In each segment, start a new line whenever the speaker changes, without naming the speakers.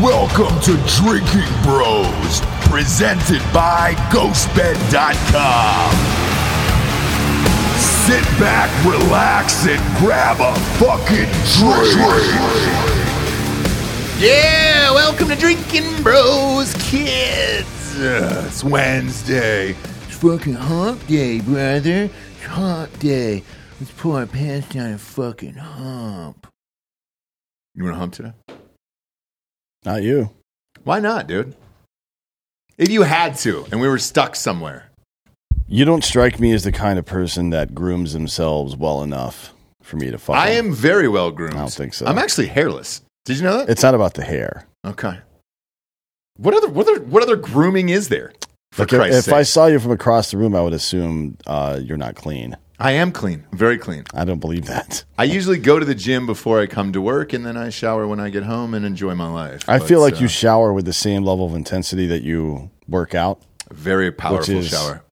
Welcome to Drinking Bros, presented by GhostBed.com. Sit back, relax, and grab a fucking drink. Yeah, welcome to Drinking Bros, kids. Ugh, it's Wednesday. It's fucking hump day, brother. It's hump day. Let's pull our pants down and fucking hump. You want to hump today?
Not you.
Why not, dude? If you had to, and we were stuck somewhere.
You don't strike me as the kind of person that grooms themselves well enough for me to fuck.
I
them.
am very well groomed.
I don't think so.
I'm actually hairless. Did you know that?
It's not about the hair.
okay. What other what other what other grooming is there? For
Like, if
Christ's
I
sake?
saw you from across the room, I would assume uh, you're not clean.
I am clean, very clean.
I don't believe that.
I usually go to the gym before I come to work, and then I shower when I get home and enjoy my life.
I feel
But,
like you
uh,
shower with the same level of intensity that you work out,
very powerful
is-
shower.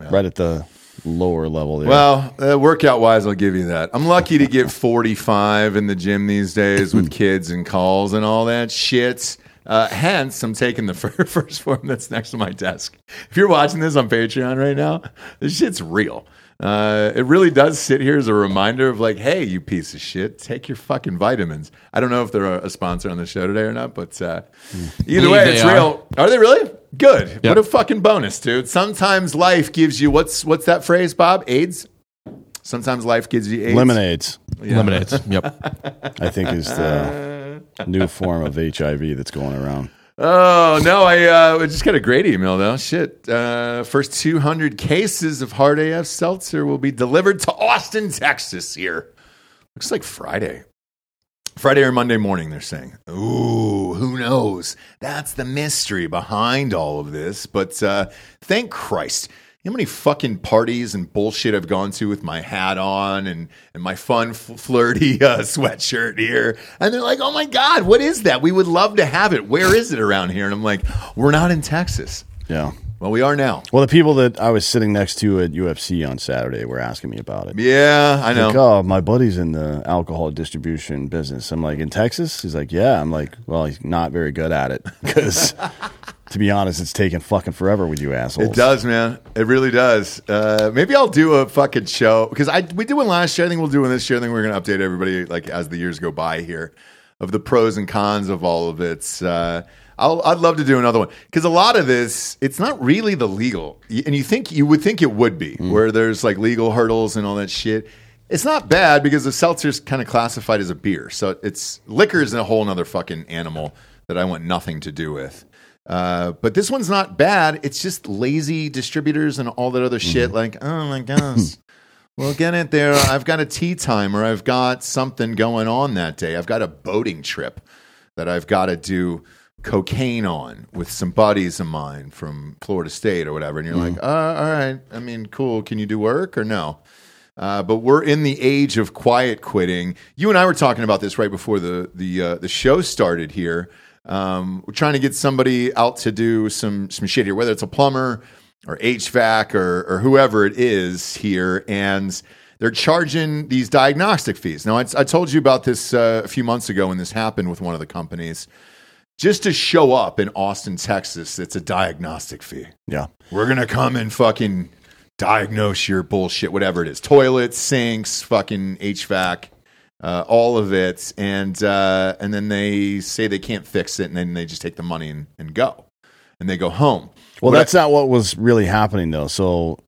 right at the lower level. There.
Well, uh, workout wise, I'll give you that. I'm lucky to get 45 in the gym these days with kids and calls and all that shit. Uh, hence, I'm taking the fir- first form that's next to my desk. If you're watching this on Patreon right now, this shit's real. Uh, it really does sit here as a reminder of like, hey, you piece of shit, take your fucking vitamins. I don't know if they're a a sponsor on the show today or not, but uh, either
Believe
way,
they
it's
are.
real. Are they really? Good. What
Yep.
a fucking bonus, dude. Sometimes life gives you what's what's that phrase, Bob? AIDS? Sometimes life gives you AIDS.
Lemonades,
Lemonades. Yep.
I think, is the new form of HIV that's going around.
Oh no, I uh, we just got a great email though. Shit. Uh, first two hundred cases of hard AF seltzer will be delivered to Austin, Texas here. Looks like Friday. Friday or Monday morning, they're saying. Ooh, who knows? That's the mystery behind all of this. But uh, thank Christ. You know how many fucking parties and bullshit I've gone to with my hat on and, and my fun, f- flirty uh, sweatshirt here? And they're like, oh my God, what is that? We would love to have it. Where is it around here? And I'm like, we're not in Texas.
Yeah.
Well, we are now.
Well, the people that I was sitting next to at UFC on Saturday were asking me about it.
Yeah, I know.
like, oh, my buddy's in the alcohol distribution business. I'm like, in Texas? He's like, yeah. I'm like, well, he's not very good at it because, to be honest, it's taking fucking forever with you assholes.
It does, man. It really does. Uh, maybe I'll do a fucking show because I we did one last year. I think we'll do one this year. I think we're gonna update everybody like as the years go by here of the pros and cons of all of it. Uh, I'll, I'd love to do another one because a lot of this it's not really the legal, Y- and you think you would think it would be where there's like legal hurdles and all that shit. It's not bad because the seltzer's kind of classified as a beer, so it's liquor is a whole nother fucking animal that I want nothing to do with. Uh, but this one's not bad. It's just lazy distributors and all that other shit. Like, oh my gosh, we'll get it there. I've got a tea time or I've got something going on that day. I've got a boating trip that I've got to do cocaine on with some buddies of mine from Florida State or whatever. And you're like, uh, all right, I mean, cool. Can you do work or no? Uh, but we're in the age of quiet quitting. You and I were talking about this right before the the uh, the show started here. Um, we're trying to get somebody out to do some some shit here, whether it's a plumber or HVAC or or whoever it is here, and they're charging these diagnostic fees. Now, I, I told you about this uh, a few months ago when this happened with one of the companies. Just to show up in Austin, Texas, it's a diagnostic fee.
Yeah.
We're gonna come and fucking diagnose your bullshit, whatever it is. Toilets, sinks, fucking HVAC, uh, all of it, and uh, and then they say they can't fix it, and then they just take the money and, and go, and they go home.
Well,
What
that's not what was really happening though. So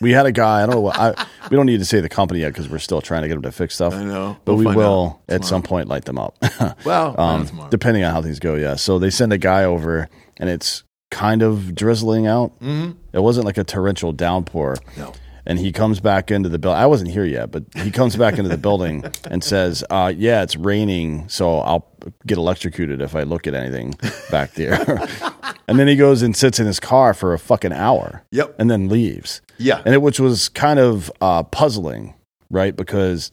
we had a guy. I don't know. What, I we don't need to say the company yet because we're still trying to get him to fix stuff.
I know.
but
We'll
we
find
will at some point light them up.
I, well, I don't know
um,
tomorrow.
depending on how things go. Yeah. So they send a guy over, and it's kind of drizzling out. Mm-hmm. It wasn't like a torrential downpour.
no.
and he comes back into the building. I wasn't here yet, but he comes back into the building and says, uh, "Yeah, it's raining, so I'll get electrocuted if I look at anything back there." and then he goes and sits in his car for a fucking hour.
Yep.
and then leaves.
Yeah.
and it which was kind of uh, puzzling, right? Because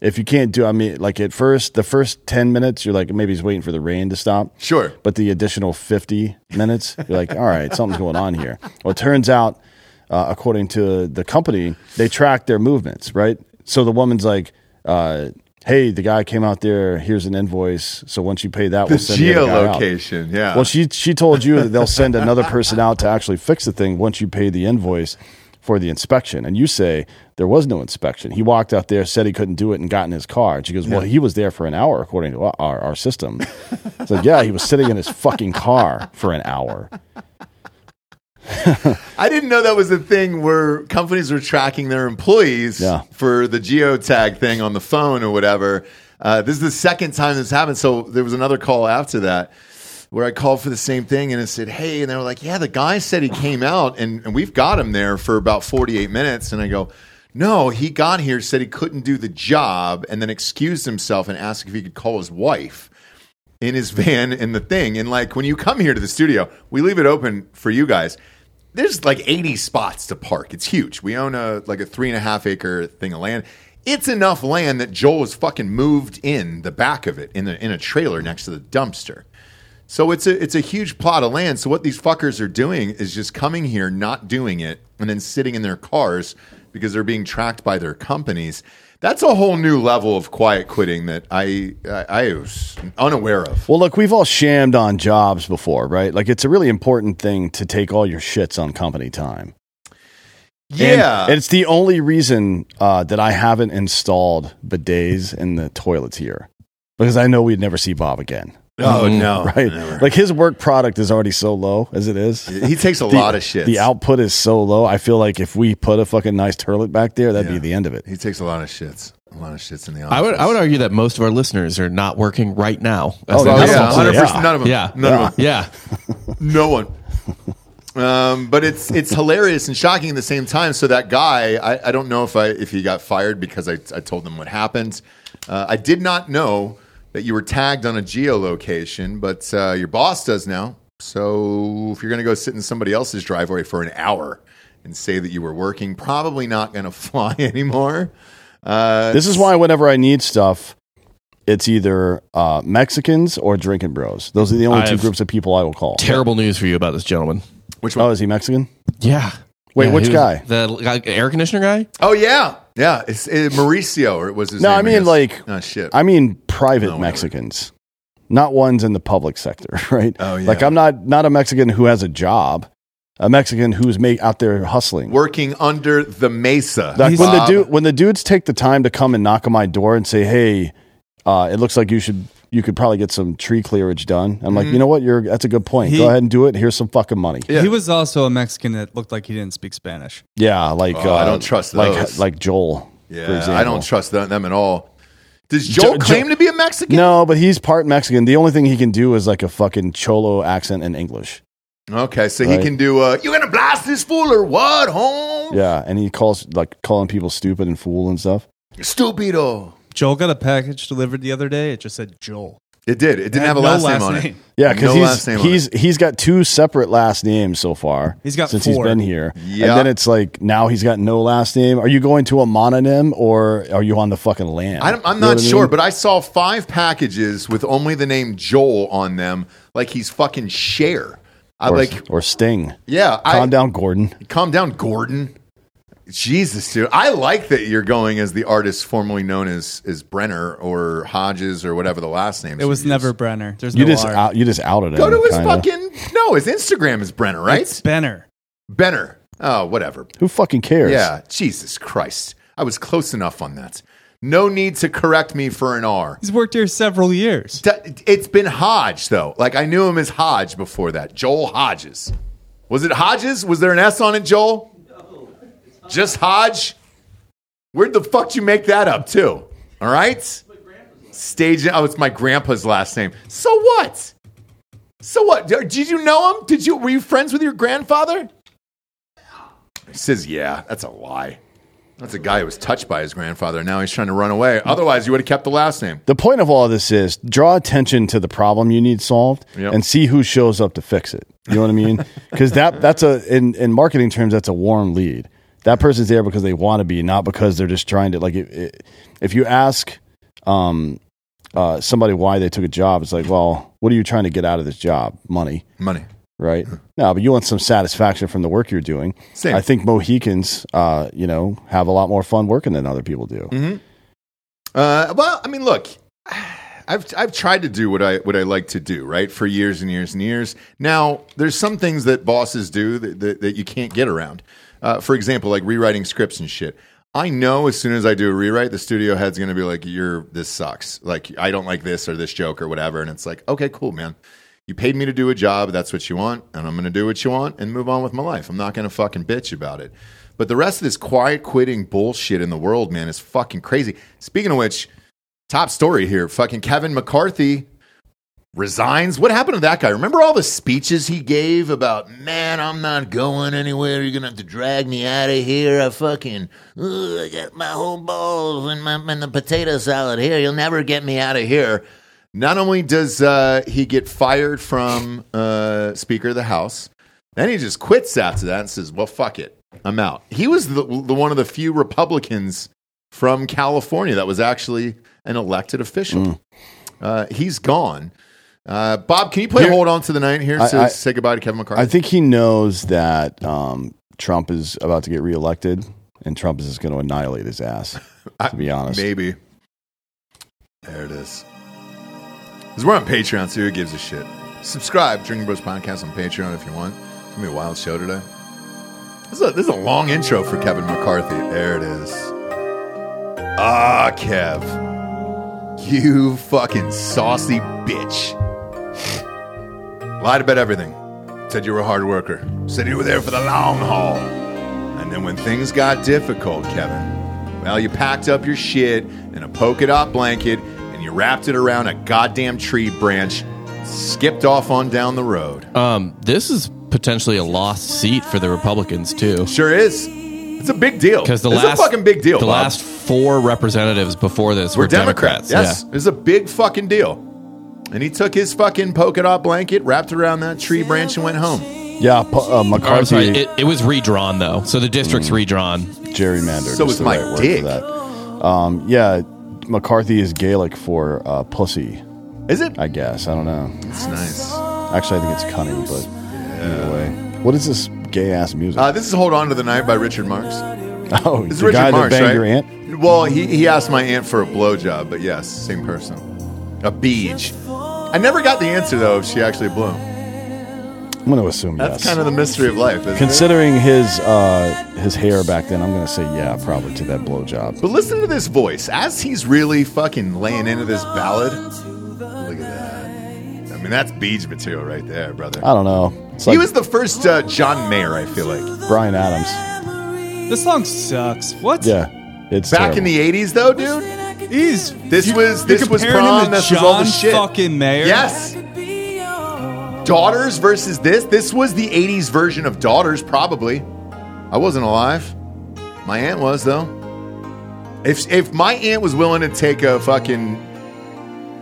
if you can't do, I mean, like at first, the first ten minutes, you're like, maybe he's waiting for the rain to stop
Sure.
but the additional 50 minutes, you're like, all right, something's going on here. Well, it turns out, uh, according to the company, they track their movements, right? So the woman's like, uh, hey, the guy came out there. Here's an invoice. So once you pay that,
The
we'll send the other guy out."
geolocation. Yeah.
Well, she she told you that they'll send another person out to actually fix the thing once you pay the invoice for the inspection, and you say there was no inspection. He walked out there, said he couldn't do it, and got in his car. And she goes, "Well, he was there for an hour, according to our our system." It's like, yeah, he was sitting in his fucking car for an hour.
I didn't know that was a thing where companies were tracking their employees
Yeah.
for the geotag thing on the phone or whatever. Uh, this is the second time this happened. So there was another call after that where I called for the same thing and it said, Hey, and they were like, Yeah, the guy said he came out and, and we've got him there for about 48 minutes. And I go, No, he got here, said he couldn't do the job, and then excused himself and asked if he could call his wife in his van in the thing. And like when you come here to the studio, we leave it open for you guys. There's like 80 spots to park. It's huge. We own a like a three and a half acre thing of land. It's enough land that Joel has fucking moved in the back of it in the in a trailer next to the dumpster. So it's a it's a huge plot of land. So what these fuckers are doing is just coming here, not doing it, and then sitting in their cars because they're being tracked by their companies. That's a whole new level of quiet quitting that I I, I was unaware of.
Well, look, we've all shammed on jobs before, right? Like it's a really important thing to take all your shits on company time. And
Yeah,
it's the only reason uh, that I haven't installed bidets in the toilets here because I know we'd never see Bob again.
oh no,
Right?
never.
Like his work product is already so low as it is.
he takes a lot of shits.
The output is so low. I feel like if we put a fucking nice toilet back there, that'd be the end of it.
he takes a lot of shits. A lot of shits in the office.
I would I would argue that most of our listeners are not working right now. That's
Oh,
the
Oh,
best
yeah,
I'll say.
100%,
yeah.
None of them.
Yeah.
None of them.
yeah.
No one. Um, but it's it's hilarious and shocking at the same time. So that guy, I, I don't know if I if he got fired because I, I told them what happened. Uh, I did not know that you were tagged on a geolocation, but uh, your boss does now. So if you're going to go sit in somebody else's driveway for an hour and say that you were working, probably not going to fly anymore. Uh,
This is why whenever I need stuff, it's either uh, Mexicans or drinking bros. Those are the only
I
two
have-
groups of people I will call.
Terrible news for you about this gentleman.
which one?
Oh, is he Mexican?
Yeah.
Wait,
Yeah,
which
he was-
guy?
The guy- air conditioner guy?
Oh yeah, yeah. It's it, Mauricio, or it was his
No,
name,
I mean,
guess.
like,
oh shit.
I mean private
whatever.
Mexicans, not ones in the public sector, right?
Oh, yeah.
Like I'm not not a Mexican who has a job, a Mexican who's make out there hustling.
working under the mesa.
Like when the
Bob,
dude when the dudes take the time to come and knock on my door and say, "Hey, uh, it looks like you should you could probably get some tree clearage done." I'm like, you know what? You're that's a good point.
He-
Go ahead and do it. Here's some fucking money.
Mm-hmm. Yeah.
He was also a Mexican that looked like he didn't speak Spanish.
Yeah, like
Oh,
uh,
I don't trust
like
those.
like Joel. for
yeah,
example.
I don't trust them, them at all. Does Joel
Jo- Jo-
claim to be a Mexican?
No, but he's part Mexican. The only thing he can do is like a fucking cholo accent in English.
Okay, so he
Right.
can do. Uh, you gonna blast this fool or what? Home
Yeah, and he calls like calling people stupid and fool and stuff.
stupido.
Joel got a package delivered the other day. It just said Joel.
It did. It didn't
Had
have a
no
last,
last
name on
name.
it.
Yeah, because
No last
he's
name on
he's he's got two separate last names so far.
He's got
since
four.
he's been here,
Yeah.
and then it's like now he's got no last name. Are you going to a mononym or are you on the fucking land?
I'm, I'm
You know
not
what I mean?
sure, but I saw five packages with only the name Joel on them, like he's fucking share. I
or,
like,
or Sting.
yeah, I,
Calm down, Gordon.
Calm down, Gordon. Jesus, dude. I like that you're going as the artist formerly known as as Brenner or Hodges or whatever the last name.
It was never Brenner. There's
You
no
just
R.
out, you just outed him.
Go to his
kinda.
fucking no. His Instagram is Brenner, right?
It's Benner.
Benner. Oh, whatever.
Who fucking cares?
Yeah. Jesus Christ. I was close enough on that. No need to correct me for an R.
He's worked here several years.
D- It's been Hodge though. Like I knew him as Hodge before that. Joel Hodges. Was it Hodges? Was there an S on it, Joel? No. Just Hodge. Where'd the fuck you make that up too? All right. Stage. Oh, it's my grandpa's last name. So what? So what? Did you know him? Did you? Were you friends with your grandfather? He says, "Yeah." That's a lie. That's a guy who was touched by his grandfather. Now he's trying to run away. Otherwise, you would have kept the last name.
The point of all this is draw attention to the problem you need solved
Yep.
and see who shows up to fix it. You know what I mean? Because that that's a in, in marketing terms that's a warm lead. That person's there because they want to be, not because they're just trying to like. It, it, if you ask um, uh, somebody why they took a job, it's like, well, what are you trying to get out of this job? Money,
Money.
right? No, but you want some satisfaction from the work you're doing.
Same.
I think Mohicans, uh, you know, have a lot more fun working than other people do.
Uh, well, I mean, look, I've I've tried to do what I what I like to do, right, for years and years and years. Now, there's some things that bosses do that that, that you can't get around. Uh, for example, like rewriting scripts and shit. I know as soon as I do a rewrite, the studio head's going to be like, "You're this sucks. Like I don't like this or this joke or whatever." And it's like, okay, cool, man. You paid me to do a job. That's what you want, and I'm going to do what you want and move on with my life. I'm not going to fucking bitch about it. But the rest of this quiet quitting bullshit in the world, man, is fucking crazy. Speaking of which, top story here. Fucking Kevin McCarthy resigns. What happened to that guy? Remember all the speeches he gave about, man, I'm not going anywhere. You're going to have to drag me out of here. I fucking, ugh, I got my whole balls and, my, and the potato salad here. You'll never get me out of here. Not only does uh, he get fired from uh, Speaker of the House, then he just quits after that and says, well, fuck it. I'm out. He was the, the one of the few Republicans from California that was actually an elected official.
Mm.
Uh, he's gone. Uh, Bob, can you play
Here-
hold on to the night here?
I-
so
I-
say goodbye to Kevin McCarthy.
I think he knows that um, Trump is about to get reelected, and Trump is just going to annihilate his ass.
I-
To be honest,
Maybe. There it is. Because we're on Patreon, so who gives a shit? Subscribe, Drinking Bros Podcast on Patreon if you want. It's going to be a wild show today. This is, a, this is a long intro for Kevin McCarthy. There it is. Ah, Kev. You fucking saucy bitch. Lied about everything. Said you were a hard worker. Said you were there for the long haul. And then when things got difficult, Kevin, well, you packed up your shit in a polka dot blanket and you wrapped it around a goddamn tree branch, skipped off on down the road.
Um, this is potentially a lost seat for the Republicans too,
Sure is. It's a big deal.
because the
it's
last
a fucking big deal.
The
Bob.
last four representatives before this were,
we're Democrats. Yes, it's a big fucking deal. And he took his fucking polka dot blanket, wrapped around that tree branch, and went home.
yeah. P-
Yeah.
uh,
Or, I'm
McCarthy
sorry, it, it was redrawn though, so the district's redrawn.
gerrymandered.
So
is
is
the
my
right word for
dick.
that. Um, yeah, McCarthy is Gaelic for uh, pussy.
Is it?
I guess I don't know.
It's nice.
Actually, I think it's cunning, but either way, what is this gay ass music?
Uh, this is "Hold On to the Night" by Richard Marx.
oh,
This is
the
Richard
guy
Marx,
that banged
right?
your aunt.
Well, he, he asked my aunt for a blowjob, but yes, same person. A beej. I never got the answer though if she actually blew. him.
I'm going to assume
That's
yes.
kind of the mystery of life, isn't it?
Considering his uh, his hair back then, I'm going to say yeah, probably to that blowjob.
But listen to this voice as he's really fucking laying into this ballad. Look at that. I mean, that's beej material right there, brother.
I don't know. It's like
he was the first uh, John Mayer, I feel like.
Brian Adams.
This song sucks. What?
Yeah, it's
Back in
terrible.
the '80s, though, dude.
He's
This was
you're
this was
comparing him
prom.
to
This
John
was all the shit.
fucking Mayer.
Yes. Daughters versus this. This was the 80s version of Daughters, probably. I wasn't alive. My aunt was, though. If, if my aunt was willing to take a fucking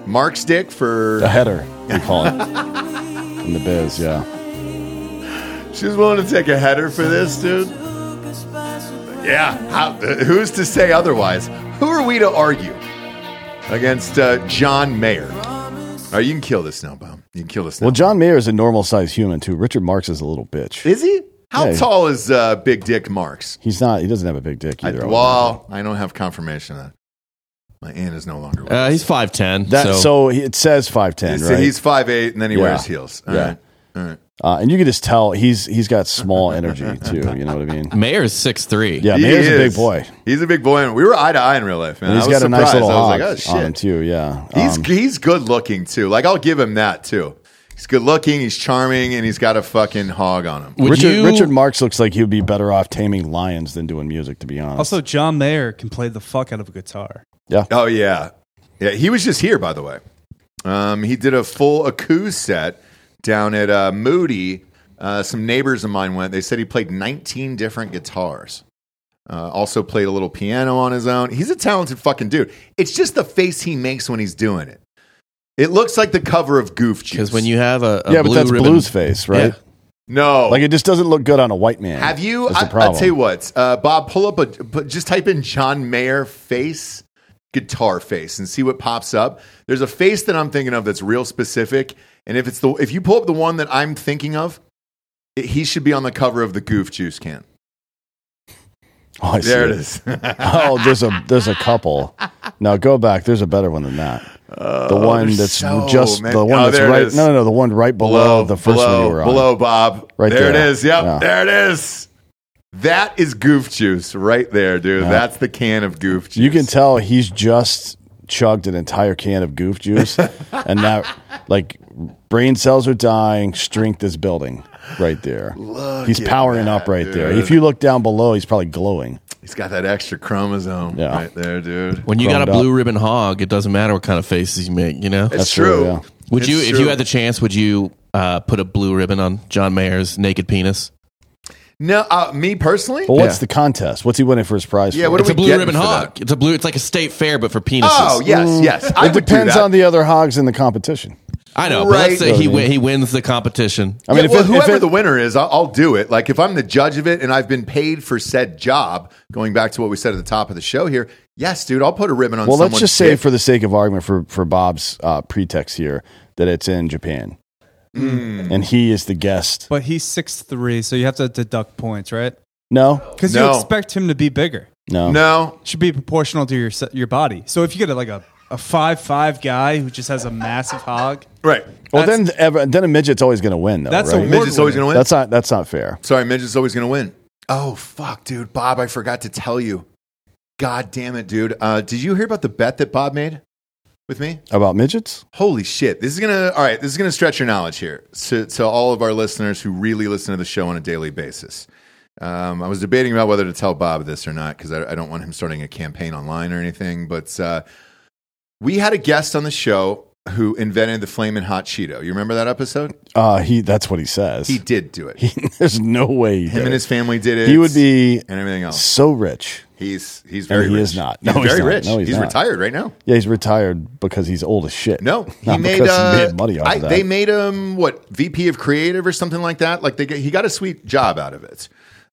Mark's dick
a
for.
header. We call it in the biz. Yeah,
She was willing to take a header for this, dude. Yeah. How, who's to say otherwise? Who are we to argue against uh, John Mayer? All right, you can kill this now, Bob. You can kill this now.
Well, John Mayer is a normal sized human too. Richard Marx is a little bitch.
is he? How
Yeah.
tall is uh, Big Dick Marks?
He's not. He doesn't have a big dick
I,
either. I would imagine.
well, I don't have confirmation of that. My aunt is no longer with
Uh,
us.
he's five ten.
that,
so,
so, he- it says five ten,
He's,
right?
he's 5'8", and then he
Yeah.
wears heels. All
Yeah.
right. All right.
uh, and you can just tell he's he's got small energy too. You know what I mean?
Mayor's six three.
Yeah,
He
Mayer's a
is.
big boy.
He's a big boy. and We were eye to eye in real life, man.
And he's
I was
got a nice
surprised.
little
I was
hog
like, oh,
on him
shit.
too. Yeah,
He's,
Um,
he's good looking, too. Like, I'll give him that, too. He's good looking, he's charming, and he's got a fucking hog on him.
Would
Richard
you-
Richard Marx looks like he would be better off taming lions than doing music. To be honest,
Also, John Mayer can play the fuck out of a guitar.
Oh, yeah. Yeah, he was just here, by the way. Um, he did a full Aku set down at uh, Moody. Uh, some neighbors of mine went. They said he played 19 different guitars. Uh, also played a little piano on his own. He's a talented fucking dude. It's just the face he makes when he's doing it. It looks like the cover of Goof Juice.
Because when you have a, a
yeah, but
blue
that's
ribbon-
blues face, right?
Yeah.
no,
Like it just doesn't look good on a white man.
Oh. have you?
That's
I,
the
I'll
problem.
tell you what, uh, Bob. Pull up a put- just type in John Mayer face guitar face and see what pops up. There's a face that I'm thinking of that's real specific, and if it's the if you pull up the one that I'm thinking of, it, he should be on the cover of the Goof Juice can.
Oh, I see
There it is.
oh, there's a there's a couple. Now go back. There's a better one than that. the one
Oh, there's
that's
so
just
many-
the one
Oh,
that's
there it
right.
is.
No, no, no, the one right below, the first
below,
one you were on.
Below Bob.
Right
there,
there.
it is. Yep.
Yeah.
There it is. That is goof juice right there, dude. That's the can of goof juice.
You can tell he's just chugged an entire can of goof juice, and that like brain cells are dying, strength is building right there. he's
at
powering up
that,
right there.
dude.
If you look down below, he's probably glowing.
He's got that extra chromosome
Yeah.
right there, dude.
When you got
Chromed
a
up.
blue ribbon hog, it doesn't matter what kind of faces you make. You know,
It's
true,
true.
yeah.
would you,
It's
if you
true.
had the chance, would you uh, put a blue ribbon on John Mayer's naked penis?
No, uh, me personally.
Well, what's
Yeah.
the contest? What's he winning for his prize?
Yeah,
for?
what
It's
are
a
we
blue
getting
ribbon
for
hog.
that?
It's a blue. It's like a state fair, but for penises.
Oh yes, yes. I
it
would
depends
do that.
on the other hogs in the competition.
I know. But let's
Right.
say he win, he wins the competition.
I
Yeah,
mean, if
well,
it- if
whoever
it-
the winner is, I'll, I'll do it. Like if I'm the judge of it and I've been paid for said job, going back to what we said at the top of the show here, yes, dude, I'll put a ribbon on.
Well, let's
someone's
just say,
dick.
for the sake of argument, for for Bob's uh, pretext here, that it's in Japan, and he is the guest.
But he's six three, so you have to deduct points, right?
No,
Because
No.
you expect him to be bigger.
no,
no,
It should be proportional to your se- your body. So if you get a, like a a five five guy who just has a massive hog,
right?
Well,
That's-
then ever, then a midget's always going to win, though.
That's a
right?
win.
Midget's always gonna win.
That's not that's not fair.
Sorry, midget's always gonna win. Oh fuck, dude, Bob, I forgot to tell you. God damn it, dude. Uh, did you hear about the bet that Bob made with me?
About midgets,
Holy shit. This is going to, all right, this is going to stretch your knowledge here to, to all of our listeners who really listen to the show on a daily basis. Um, I was debating about whether to tell Bob this or not because I, I don't want him starting a campaign online or anything. But uh, we had a guest on the show who invented the Flamin' Hot Cheeto. You remember that episode?
uh, he that's what he says.
He did do it.
He- there's no way he,
him
did
and
it.
his family did it.
He would be
And everything else.
so rich.
He's he's
No,
very
he
rich.
is not.
He's
No, he's
very
not.
rich.
No, he's
he's
not.
retired right now.
Yeah, he's retired because he's old as shit.
No, he
Not
made,
because
uh,
he made money off
I-
of that.
They made him what VP of creative or something like that. Like they get, he got a sweet job out of it.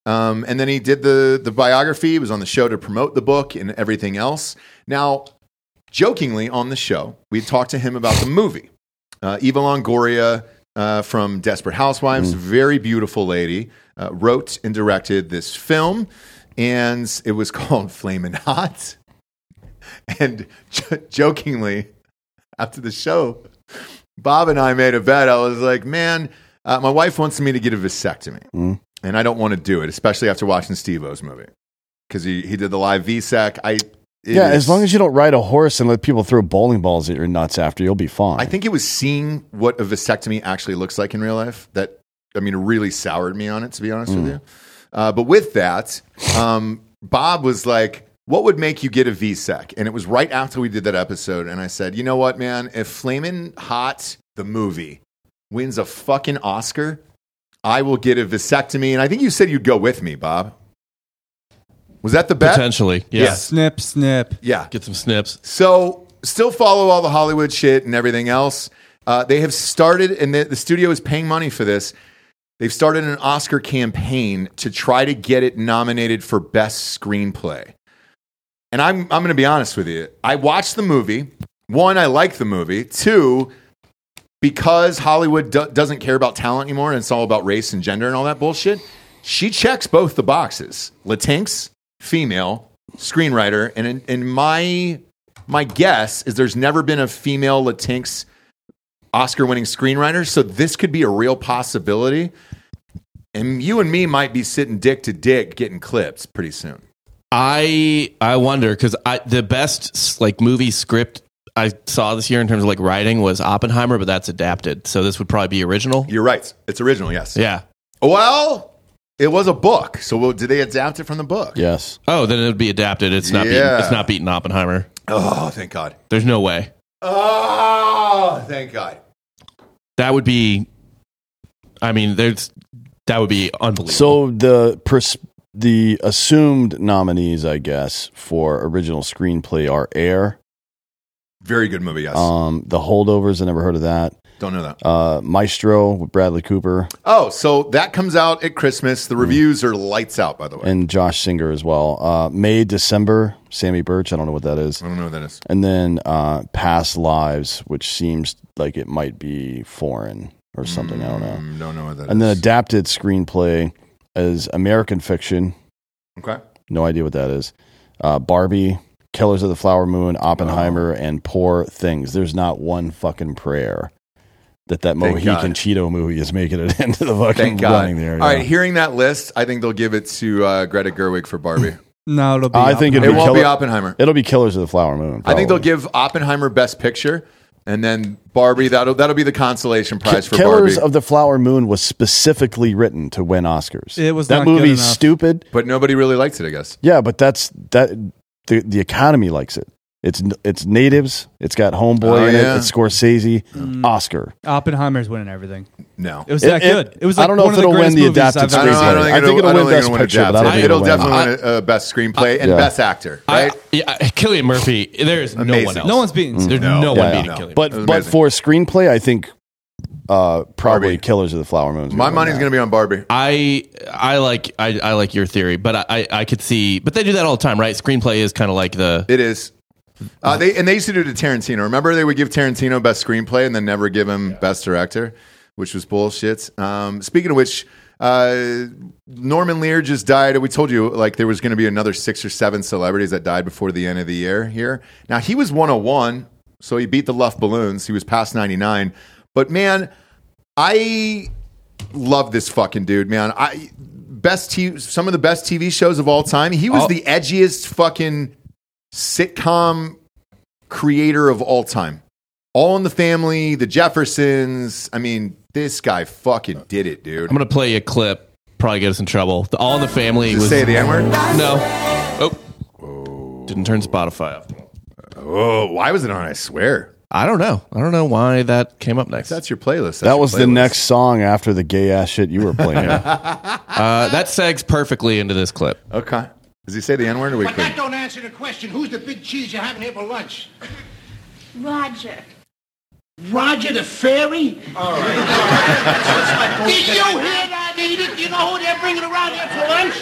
Um, and then he did the the biography. He was on the show to promote the book and everything else. Now, jokingly on the show, we talked to him about the movie. Uh, Eva Longoria uh, from Desperate
Mm.
Housewives, very beautiful lady, uh, wrote and directed this film, and it was called Flamin' Hot. And j- jokingly, after the show, Bob and I made a bet. I was like, man, uh, my wife wants me to get a vasectomy,
Mm.
and I don't want to do it, especially after watching Steve O's movie because he, he did the live VSEC. I it
yeah,
is-
as long as you don't ride a horse and let people throw bowling balls at your nuts after, you'll be fine.
I think it was seeing what a vasectomy actually looks like in real life that, I mean, really soured me on it, to be honest with you. Uh, but with that, um, Bob was like, what would make you get a VSEC? And it was right after we did that episode. And I said, you know what, man? If Flamin' Hot, the movie, wins a fucking Oscar, I will get a vasectomy. And I think you said you'd go with me, Bob. Was that the bet?
Potentially, yeah.
Yes.
snip snip.
Yeah.
Get some snips.
So, still follow all the Hollywood shit and everything else. Uh, they have started, and the, the studio is paying money for this. They've started an Oscar campaign to try to get it nominated for best screenplay. And I'm I'm going to be honest with you. I watched the movie. One, I like the movie. Two, because Hollywood do- doesn't care about talent anymore and it's all about race and gender and all that bullshit, she checks both the boxes. Latinx, female, screenwriter, and in, in my my guess is there's never been a female Latinx Oscar winning screenwriter, so this could be a real possibility. And you and me might be sitting dick to dick getting clips pretty soon.
I I wonder because I the best like movie script I saw this year in terms of like writing was Oppenheimer, but that's adapted, so this would probably be original.
You're right. It's original, yes.
Yeah.
Well, it was a book. So well, did they adapt it from the book?
yes.
Oh, then it would be adapted. It's not.
Yeah.
Beating, it's not beating Oppenheimer.
Oh, thank God.
There's no way.
Oh, thank God.
That would be. I mean, there's. That would be unbelievable.
So the pers- the assumed nominees, I guess, for original screenplay are Air,
Very good movie, yes.
um, The Holdovers. I never heard of that.
Don't know that.
Uh, Maestro with Bradley Cooper
Oh, so that comes out at Christmas. The reviews are lights out, by the way.
Mm. and Josh Singer as well. Uh, May December, Sammy Birch. I don't know what that is.
I don't know what that is.
And then uh, Past Lives, which seems like it might be foreign or something. I don't know.
Mm, don't know what that is.
And then adapted screenplay as American Fiction,
okay.
No idea what that is. Uh, Barbie, Killers of the Flower Moon, Oppenheimer, and Poor Things. There's not one fucking prayer that that
Thank God.
Mohican Cheeto movie is making it into the fucking
Thank God.
running there.
All
yeah.
right, hearing that list, I think they'll give it to uh, Greta Gerwig for Barbie.
No, it'll be.
I think
it
it'd
won't
Killer-
be Oppenheimer.
It'll be Killers of the Flower Moon.
I think they'll
probably.
give Oppenheimer Best Picture, and then Barbie. That'll that'll be the consolation prize for
Killers
Barbie.
of the Flower Moon was specifically written to win Oscars.
It was
that
not good
movie's
enough.
stupid.
but nobody really likes it, I guess.
Yeah, but that's that the the economy likes it. It's it's natives. It's got Homeboy
Oh,
in
yeah.
it. It's Scorsese.
Mm.
Oscar.
Oppenheimer's winning everything.
No,
It was
It-
that
it-
good. It was. Like
I don't know
one
if
of the
it'll win
greatest
the
movies
adapted
I've
I
ever
don't, know,
screenplay.
I
seen.
don't think
I think
it'll,
it'll
I don't
win
think
Best
it'll win
Picture,
adapted.
but I don't think
it'll,
it'll win-
definitely win a, uh, best screenplay and
Yeah.
best actor,
I-
right?
yeah, I- Killian Murphy. There's no one
Amazing.
else.
No one's beating.
There's
No,
no,
yeah,
one
yeah.
beating
No.
Killian.
But
That was
but
amazing.
for screenplay, I think uh, probably
Barbie.
Killers of the Flower Moon.
My money's going to be on Barbie.
I I like I, I like your theory, but I, I I could see. But they do that all the time, right? Screenplay is kind of like the
It is. Uh, they and they used to do it to Tarantino. Remember, they would give Tarantino best screenplay and then never give him best director, which was bullshit. Um, speaking of which, uh, Norman Lear just died. We told you like there was going to be another six or seven celebrities that died before the end of the year here. Now he was 101, so he beat the Luff Balloons. He was past 99, but man, I love this fucking dude, man. I best t- some of the best TV shows of all time. He was the edgiest fucking sitcom creator of all time. All in the Family, The Jeffersons. I mean, this guy fucking did it, dude.
I'm gonna play you a clip. Probably get us in trouble. The All in the Family
Just
was
say Oh. the N word.
no. Oh, didn't turn Spotify up.
Oh, why was it on? I swear.
I don't know. I don't know why that came up next.
That's your playlist. That's
That
your
was the
playlist.
next song after the gay ass shit you were playing.
Uh, that segs perfectly into this clip.
Okay. Does he say the N word or we
But that
clean?
don't answer the question. Who's the big cheese you're having here for lunch?
Roger.
Roger the fairy? All right. Did you hear that, Edith? You know who they're bringing around here for lunch?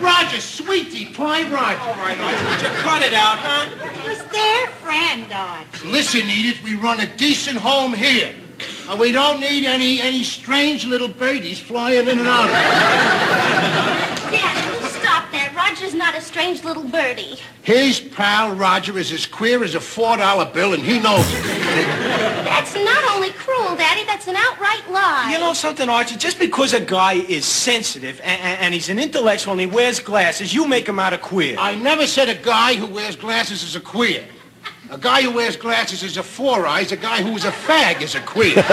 Roger, sweetie pie Roger. All right, Roger, cut it out, huh?
It was their friend, Dodge.
Listen, Edith, we run a decent home here. And we don't need any any strange little birdies flying in and out.
Dad, stop that. Roger's not a strange little birdie.
His pal Roger is as queer as a $4 bill, and he knows it.
That's not only cruel, Daddy, that's an outright lie.
You know something, Archie? Just because a guy is sensitive and, and, and he's an intellectual and he wears glasses, you make him out of queer.
I never said a guy who wears glasses is a queer. A guy who wears glasses is a four eyes. A guy who is a fag is a queer.
Stop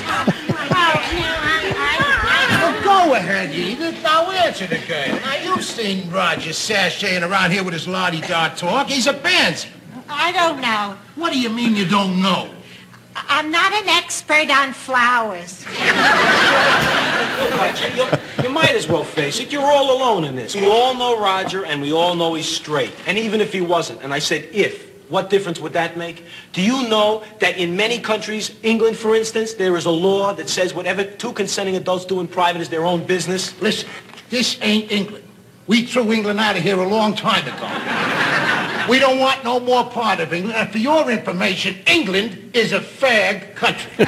talking like that.
well, go ahead, Edith. Now answer the girl. Now you've seen Roger sashaying around here with his lottie dot talk. He's a pansy.
Now, I, I, I don't know.
What do you mean you don't know?
I- I'm not an expert on flowers.
Archie, you, you might as well face it. You're all alone in this. We all know Roger and we all know he's straight. And even if he wasn't, and I said if, what difference would that make? Do you know that in many countries, England for instance, there is a law that says whatever two consenting adults do in private is their own business?
Listen, this ain't England. We threw England out of here a long time ago. We don't want no more part of England. And for your information, England is a fag country.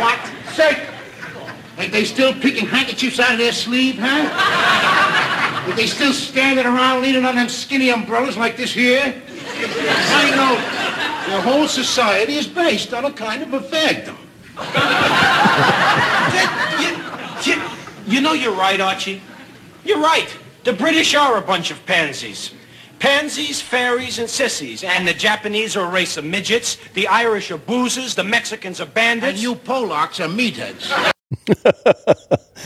what? Say, ain't they still picking handkerchiefs out of their sleeve, huh? Are they still standing around leaning on them skinny umbrellas like this here? I know. Their whole society is based on a kind of a fagdom.
That- you, you, you know you're right, Archie. You're right. The British are a bunch of pansies. Pansies, fairies, and sissies. And the Japanese are a race of midgets. The Irish are boozers. The Mexicans are
And
bandits.
you Polacks are meatheads.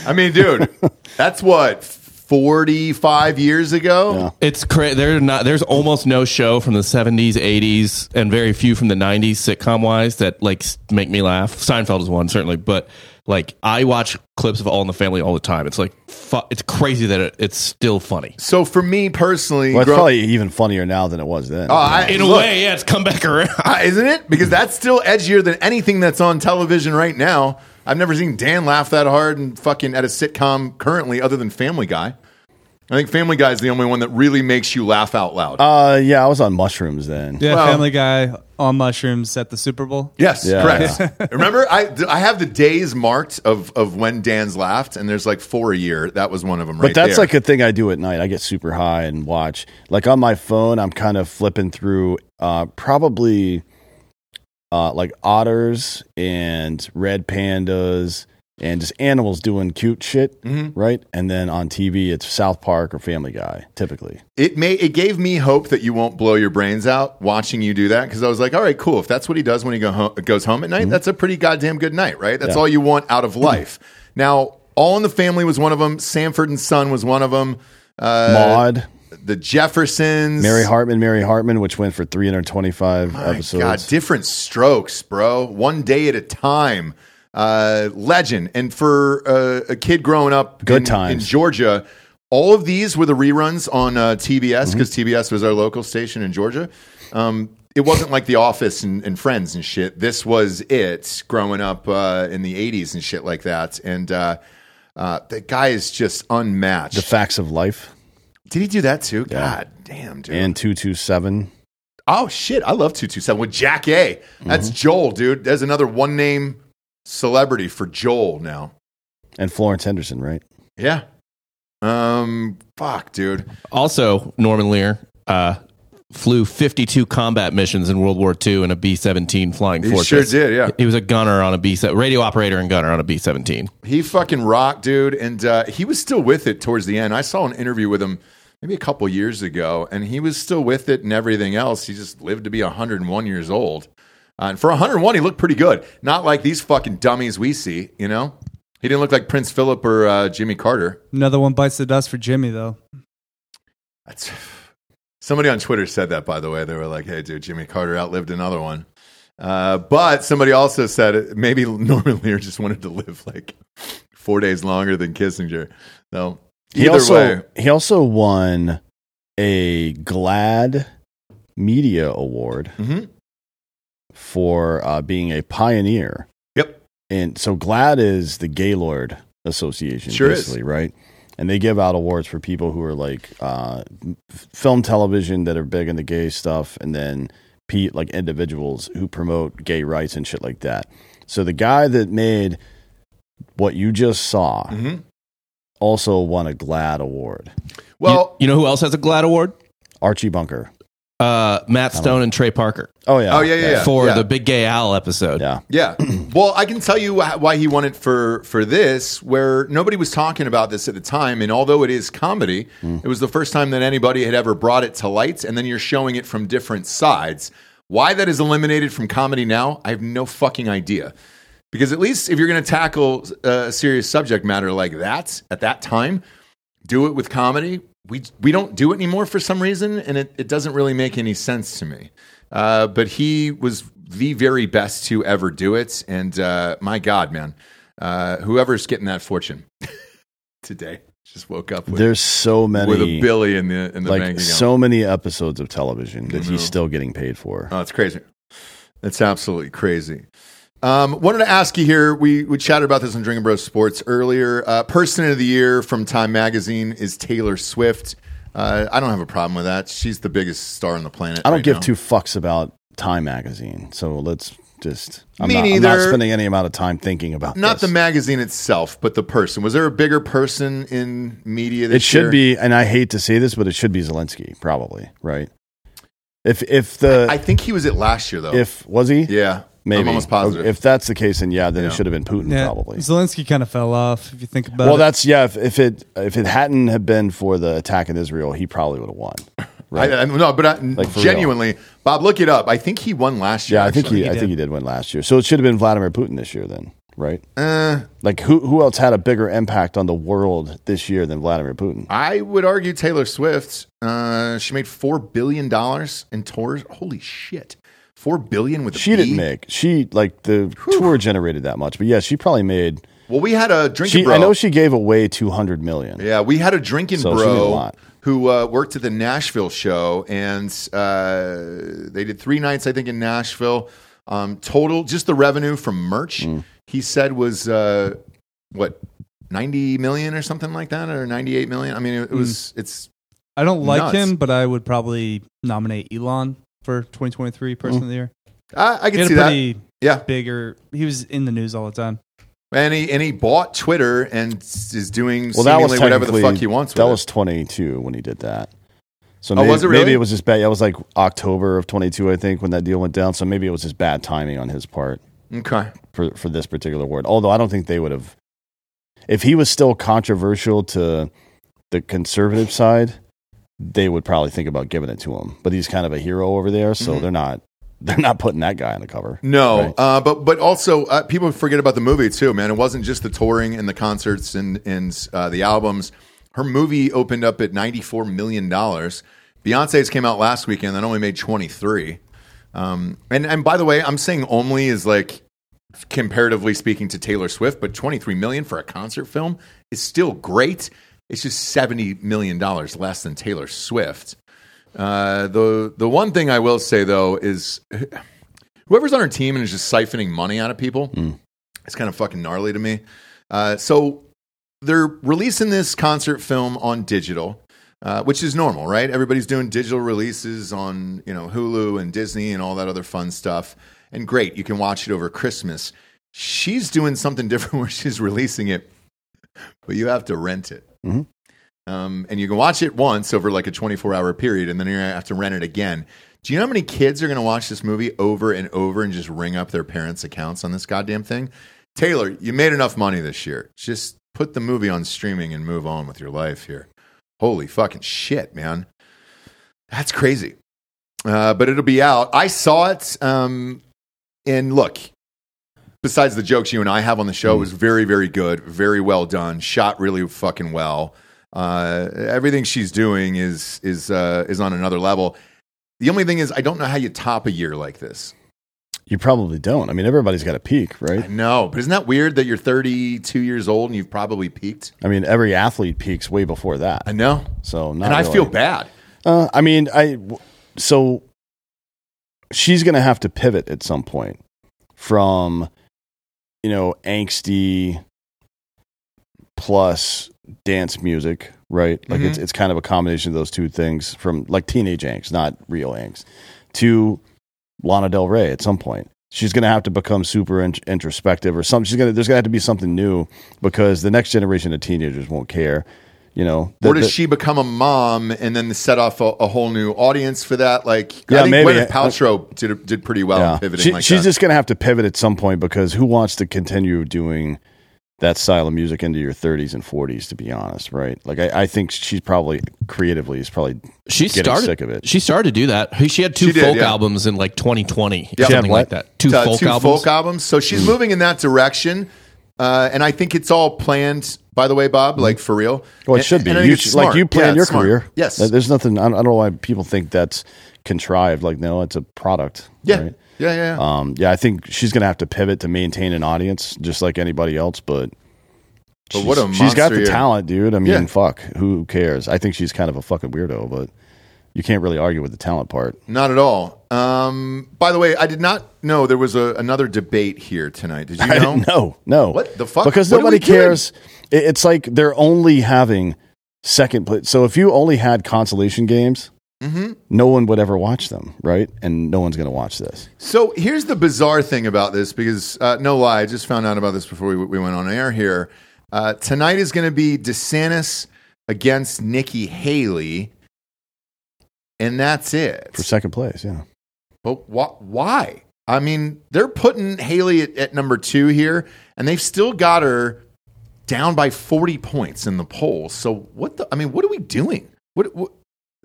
I mean, dude, that's what forty-five years ago.
It's cra- there not there's almost no show from the 70s, 80s, and very few from the 90s sitcom wise that like s- make me laugh. Seinfeld is one certainly, but like I watch clips of All in the Family all the time. It's like fu- it's crazy that it, it's still funny.
So for me personally,
Well, it's
grow-
probably even funnier now than it was then.
Oh, I-
In a
look,
way, yeah, it's come back around.
Uh, isn't it? Because that's still edgier than anything that's on television right now. I've never seen Dan laugh that hard and fucking at a sitcom currently, other than Family Guy. I think Family Guy is the only one that really makes you laugh out loud.
Uh, yeah, I was on mushrooms then.
Yeah,
Well-
Family Guy on mushrooms at the Super Bowl.
Yes,
Yeah.
correct. Remember, I th- I have the days marked of of when Dan's laughed, and there's like four a year. That was one of them, right?
But that's
there.
like a thing I do at night. I get super high and watch. Like on my phone, I'm kind of flipping through uh, probably uh, like otters and red pandas and just animals doing cute shit,
Mm-hmm.
right? And then on TV, it's South Park or Family Guy, typically.
it may it gave me hope that you won't blow your brains out watching you do that because I was like, all right, cool. If that's what he does when he go home, goes home at night,
Mm-hmm.
that's a pretty goddamn good night, right? That's all you want out of life. Now, All in the Family was one of them. Sanford and Son was one of them. Uh,
Maud,
the Jeffersons,
Mary Hartman, Mary Hartman, which went for 325
My
episodes.
God, different strokes, bro. One day at a time. Uh, legend. And for uh, a kid growing up
Good
in,
times.
in Georgia, all of these were the reruns on uh,
Mm-hmm.
TBS because TBS was our local station in Georgia. Um, it wasn't like The Office and, and Friends and shit. This was it growing up uh, in the 80s and shit like that. And uh, uh, the guy is just unmatched.
The Facts of Life
Did he do that too? God damn, dude.
and 227.
Oh shit, I love 227 with Jack A. That's Joel, dude. There's another one name celebrity for Joel now.
And Florence Henderson, right?
Yeah. Um fuck, dude.
Also, Norman Lear uh, flew 52 combat missions in World War II in a B 17 Flying
He
Fortress.
sure did, yeah.
He was a gunner on a B set, radio operator and gunner on a B 17.
He fucking rocked, dude, and uh, he was still with it towards the end. I saw an interview with him maybe a couple years ago, and he was still with it and everything else. He just lived to be 101 years old. Uh, and for 101, he looked pretty good. Not like these fucking dummies we see, you know? He didn't look like Prince Philip or uh, Jimmy Carter.
Another one bites the dust for Jimmy though.
That's somebody on Twitter said that. By the way, they were like, "Hey, dude, Jimmy Carter outlived another one." Uh, but somebody also said it- maybe Norman Lear just wanted to live like four days longer than Kissinger. So
He
either
also,
way,
he also won a GLAD Media Award
Mhm.
for uh, being a pioneer.
yep,
And so GLAD is the Gaylord Association,
Sure is.
basically, right? And they give out awards for people who are like uh, f- film, television that are big into gay stuff, and then pe- like individuals who promote gay rights and shit like that. So the guy that made what you just saw
Mhm.
also won a GLAD award.
well,
you, you know who else has a GLAD award?
Archie Bunker.
Uh, Matt Stone and Trey Parker
Oh yeah.
oh yeah, yeah, yeah,
for
yeah.
the Big Gay Owl episode.
Yeah.
Yeah. Well, I can tell you wh- why he won it for for this, where nobody was talking about this at the time. And although it is comedy, it was the first time that anybody had ever brought it to light. And then you're showing it from different sides. Why that is eliminated from comedy now, I have no fucking idea. Because at least if you're going to tackle uh, a serious subject matter like that at that time, do it with comedy. We we don't do it anymore for some reason, and it, it doesn't really make any sense to me. Uh, but he was the very best to ever do it, and uh, my God, man, uh, whoever's getting that fortune today just woke up with,
There's so many
with a billy in the in the bank
like
account. Mm-hmm.
so many episodes of television that he's still getting paid for.
Oh, it's crazy. It's absolutely crazy. Um, wanted to ask you here. We we chatted about this on Drinking Bros Sports earlier. Uh, Person of the year from Time Magazine is Taylor Swift. Uh, I don't have a problem with that. She's the biggest star on the planet.
I don't
right
give
now.
two fucks about Time magazine, so let's just. I'm,
Me
not, I'm not
neither.
spending any amount of time thinking about
Not
this.
the magazine itself, but the person. Was there a bigger person in media? This
It should
year?
be, and I hate to say this, but it should be Zelensky, probably. Right? If if the
I think he was it last year though.
uh, if was he?
yeah,
maybe.
I'm almost positive.
If that's the case, then yeah, then
Yeah.
it should have been Putin,
Yeah,
probably.
Zelensky kind of fell off if you think about
Well,
it.
that's yeah. If, if it if it hadn't have been for the attack in Israel, he probably would have won. Right?
I, I, no, but I,
for real.
genuinely, Bob, look it up. I think he won last year.
yeah, I think
actually.
he, I think he did win last year. So it should have been Vladimir Putin this year, then, right?
Uh,
Like who who else had a bigger impact on the world this year than Vladimir Putin?
I would argue Taylor Swift. Uh, she made four billion dollars in tours. Holy shit, four billion with a
She didn't
B?
make. She like the tour generated that much, but yeah, she probably made.
Well, we had a drinking
She
bro.
I know she gave away two hundred million.
yeah, we had a drinking
So she did a
bro
lot.
who uh, worked at the Nashville show, and uh, they did three nights, I think, in Nashville.
Mm.
Um, total, just the revenue from merch, he said was uh, what 90 million or something like that or 98 million. I mean,
Mm.
it, it was it's
I don't
Nuts.
like him, but I would probably nominate Elon for
Mm.
2023 Person of the Year.
I, I
He
can
had
see
a
that.
pretty
Yeah.
bigger. He was in the news all the time.
And he and he bought Twitter and s- is doing
Well, that
seemingly
was
whatever the
technically-
fuck he wants with
That
it.
was 22 when he did that.
Oh,
So maybe,
was it really?
maybe it was just bad. It was like October of 22, I think, when that deal went down. So maybe it was just bad timing on his part
Okay.
for, for this particular award. Although I don't think they would have, if he was still controversial to the conservative side, they would probably think about giving it to him. But he's kind of a hero over there, so they're not they're not putting that guy on the cover.
Mm-hmm. No,
Right.
uh, but but also uh, people forget about the movie too, man. It wasn't just the touring and the concerts and and uh, the albums. Her movie opened up at ninety four million dollars. Beyonce's came out last weekend and only made twenty three. Um, and and by the way, I'm saying only is like comparatively speaking to Taylor Swift, but 23 million for a concert film is still great. It's just 70 million dollars less than Taylor Swift. Uh, the the one thing I will say though is whoever's on our team and is just siphoning money out of people, it's kind of fucking gnarly to me. Uh, so they're releasing this concert film on digital, uh, which is normal, right? Everybody's doing digital releases on you know Hulu and Disney and all that other fun stuff. And great, you can watch it over Christmas. She's doing something different where she's releasing it, but you have to rent it. Um, and you can watch it once over like a 24 hour period, and then you're gonna have to rent it again. Do you know how many kids are gonna watch this movie over and over and just ring up their parents' accounts on this goddamn thing? Taylor, you made enough money this year. Just put the movie on streaming and move on with your life here. Holy fucking shit, man. That's crazy. Uh, but it'll be out. I saw it. Um, and look, besides the jokes you and I have on the show, it was very, very good, very well done, shot really fucking well. Uh, everything she's doing is is uh, is on another level. The only thing is, I don't know how you top a year like this.
You probably don't. I mean, everybody's got a peak, right?
No, but isn't that weird that you're 32 years old and you've probably peaked?
I mean, every athlete peaks way before that.
I know,
So not
and I feel
really.
bad.
Uh, I mean, I w- so she's going to have to pivot at some point from you know angsty plus dance music, right? Like it's
Mm-hmm.
it's kind of a combination of those two things from like teenage angst, not real angst, to Lana Del Rey at some point. She's going to have to become super in- introspective or something. She's going to there's going to have to be something new because the next generation of teenagers won't care. You know,
or
The-
does
the-
she become a mom and then set off a, a whole new audience for that? Like, I
Yeah,
think
maybe.
Gwyneth Paltrow did, did pretty well in pivoting
She-
like
she's
that.
just going to have to pivot at some point because who wants to continue doing that style of music into your 30s and 40s, to be honest, right? Like, I, I think she's probably creatively is probably
She
getting
started.
sick of it.
She started to do that. She had two
She did,
folk
yeah.
albums in like 2020,
had
something
what?
like that. Two
uh,
folk
two
albums.
folk albums. So
Mm.
she's moving in that direction, uh, and I think it's all planned. By the way, Bob, like for real.
Mm-hmm. Well, it
And-
should be.
and I think
You
it's
should- like
smart.
you plan
Yeah,
your
it's smart.
career.
Yes.
Like, There's nothing. I don't I don't know why people think that's contrived. Like, no, it's a product.
yeah.
right?
yeah, yeah, yeah.
Um, yeah, I think she's going to have to pivot to maintain an audience, just like anybody else. But,
But what a
she's- she's got
monster
the
year.
talent, dude. I mean,
Yeah.
fuck, who cares? I think she's kind of a fucking weirdo, but you can't really argue with the talent part.
Not at all. Um, by the way, I did not know there was a, another debate here tonight. Did you know?
I didn't know. No.
What the fuck?
Because
What are we
nobody cares. It, it's like they're only having second place. So if you only had consolation games,
Mm-hmm.
no one would ever watch them, right? And no one's going to watch this.
So here's the bizarre thing about this because uh, no lie, I just found out about this before we, we went on air here. Uh, tonight is going to be DeSantis against Nikki Haley, and that's it.
For second place, yeah.
But wh- why? I mean, they're putting Haley at, at number two here, and they've still got her down by 40 points in the polls. So what the? I mean, what are we doing? What? what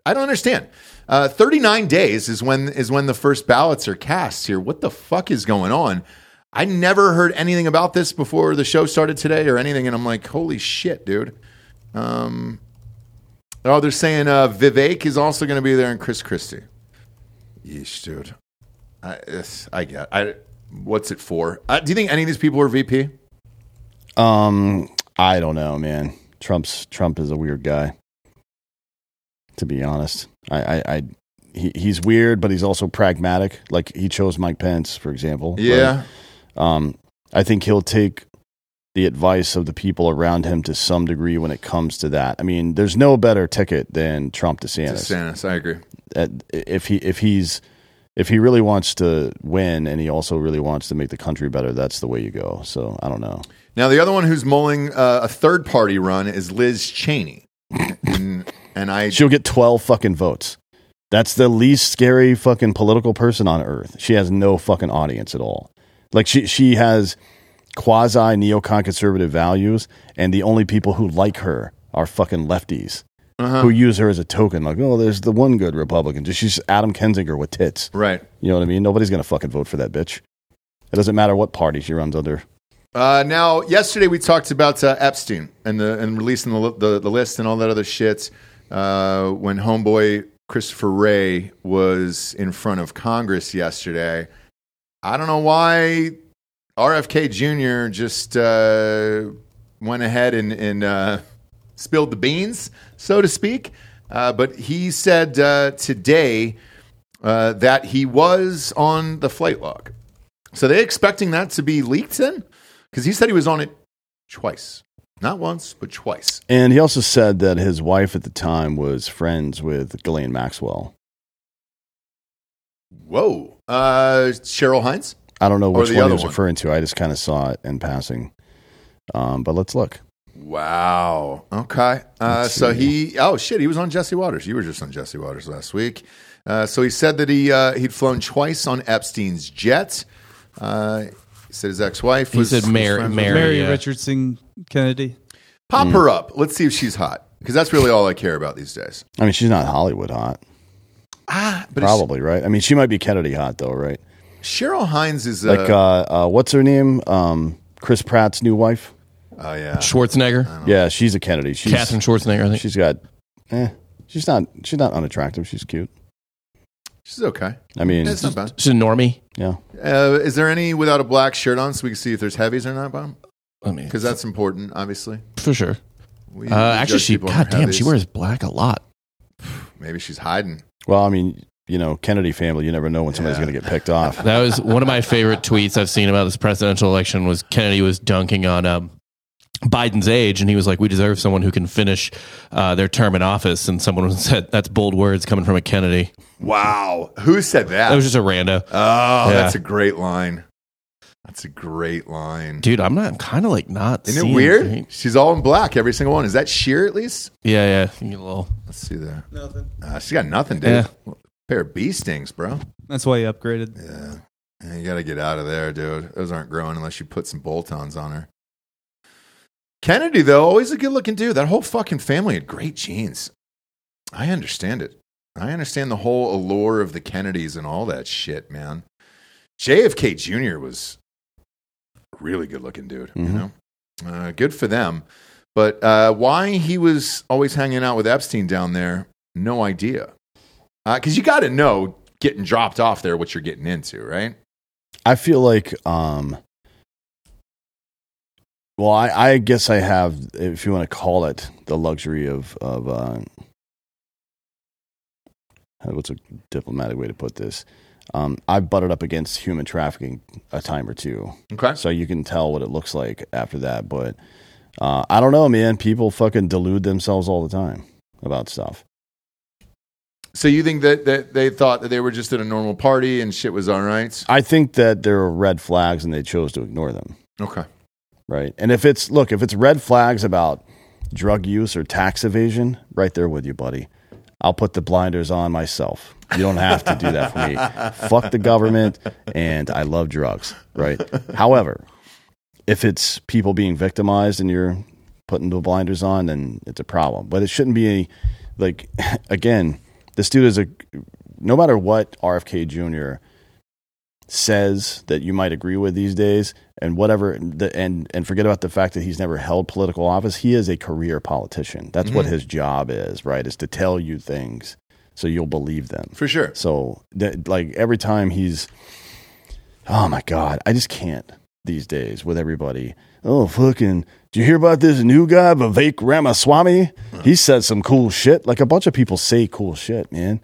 I don't understand. Uh, 39 days is when is when the first ballots are cast here. What the fuck is going on? I never heard anything about this before the show started today or anything, and I'm like, holy shit, dude. Um, oh, they're saying uh, Vivek is also going to be there, and Chris Christie. Yeesh, dude. I, it's, I get. I what's it for? Uh, do you think any of these people were VP?
Um, I don't know, man. Trump's Trump is a weird guy. To be honest, I, I, I he, he's weird, but he's also pragmatic. Like he chose Mike Pence, for example. right?
Yeah,
Um, I think he'll take the advice of the people around him to some degree when it comes to that. I mean, there's no better ticket than Trump DeSantis.
DeSantis, I agree.
That- If he if he's if he really wants to win and he also really wants to make the country better, that's the way you go. So I don't know.
Now, the other one who's mulling uh, a third party run is Liz Cheney. and, and I,
She'll get 12 fucking votes. That's the least scary fucking political person on earth. She has no fucking audience at all. Like she she has quasi neocon conservative values and the only people who like her are fucking lefties who use her as a token like oh there's the one good republican just she's Adam Kensinger with tits.
right.
You know what I mean? Nobody's going to fucking vote for that bitch. It doesn't matter what party she runs under.
Uh, now, yesterday we talked about uh, Epstein and the and releasing the, li- the the list and all that other shit. Uh, when homeboy Christopher Ray was in front of Congress yesterday, I don't know why RFK Jr. just uh, went ahead and, and uh, spilled the beans, so to speak. Uh, but he said uh, today uh, that he was on the flight log. So they expecting that to be leaked then? Because he said he was on it twice. Not once, but twice.
And he also said that his wife at the time was friends with Ghislaine Maxwell.
Whoa. Uh, Cheryl Hines?
I don't know
Or
which
the
one
other
he was
one.
referring to. I just kind of saw it in passing. Um, but let's look.
Wow. Okay. Uh,
Let's
so
see.
he, oh shit, he was on Jesse Waters. You were just on Jesse Waters last week. Uh, so he said that he uh, he'd flown twice on Epstein's jet. Uh, he said his ex-wife
He
was
said
was
Mary-
friends with-
Mary.
Mary
yeah.
Richardson Kennedy.
Pop her up. Let's see if she's hot because that's really all I care about these days.
I mean, she's not Hollywood hot,
Ah, but it's-
probably right. I mean, she might be Kennedy hot though, right?
Cheryl Hines is
Like,
uh,
uh, uh, what's her name? Um, Chris Pratt's new wife.
oh yeah.
Schwarzenegger,
Yeah, she's a Kennedy. She's
Catherine Schwarzenegger. I think
she's got. Eh, she's not. She's not unattractive. She's cute.
She's okay.
I mean,
That's not bad.
she's a normie.
yeah.
Uh, is there any without a black shirt on so we can see if there's heavies or not, Bob?
I mean,
Because that's important, obviously.
for sure.
We,
Uh,
we
actually,
judge
she.
people on their
God damn, she
heavies.
wears black a lot.
Maybe she's hiding.
Well, I mean, you know, Kennedy family. You never know when somebody's
Yeah.
going to get picked off.
That was one of my favorite tweets I've seen about this presidential election. Was Kennedy was dunking on um, Biden's age, and he was like, "We deserve someone who can finish uh, their term in office." And someone said, "That's bold words coming from a Kennedy."
Wow. Who said that?
That was just a rando,
oh,
Yeah.
that's a great line. That's a great line.
dude. I'm not. I'm kind of like not.
Isn't it
seeing
weird?
things.
She's all in black, every single one. Is that sheer at least?
Yeah, yeah. You get a little-
Let's see there. Nothing. Uh, she got nothing, dude. Pair of bee stings, bro.
That's why he upgraded.
Yeah. You got to get out of there, dude. Those aren't growing unless you put some bolt ons on her. Kennedy, though, always a good looking dude. That whole fucking family had great genes. I understand it. I understand the whole allure of the Kennedys and all that shit, man. JFK Jr. was a really good looking dude, you
Mhm.
know? Uh, good for them. But uh, why he was always hanging out with Epstein down there, no idea. Because you got to know getting dropped off there what you're getting into, right?
I feel like, um, well, I, I guess I have, if you want to call it, the luxury of of uh, what's a diplomatic way to put this. Um, I've butted up against human trafficking a time or two,
Okay.
so you can tell what it looks like after that. But uh, I don't know, man. People fucking delude themselves all the time about stuff.
So you think that, that they thought that they were just at a normal party and shit was all right?
I think that there are red flags, and they chose to ignore them.
Okay.
Right. And if it's look, if it's red flags about drug use or tax evasion, right there with you, buddy. I'll put the blinders on myself. You don't have to do that for me. Fuck the government and I love drugs, right? However, if it's people being victimized and you're putting the blinders on, then it's a problem. But it shouldn't be a, like again, this dude is a no matter what RFK Jr says that you might agree with these days and whatever the, and and forget about the fact that he's never held political office he is a career politician that's what his job is right is to tell you things so you'll believe them
For sure.
so that, like every time he's oh my god i just can't these days with everybody oh fucking do you hear about this new guy vivek ramaswamy he said some cool shit like a bunch of people say cool shit man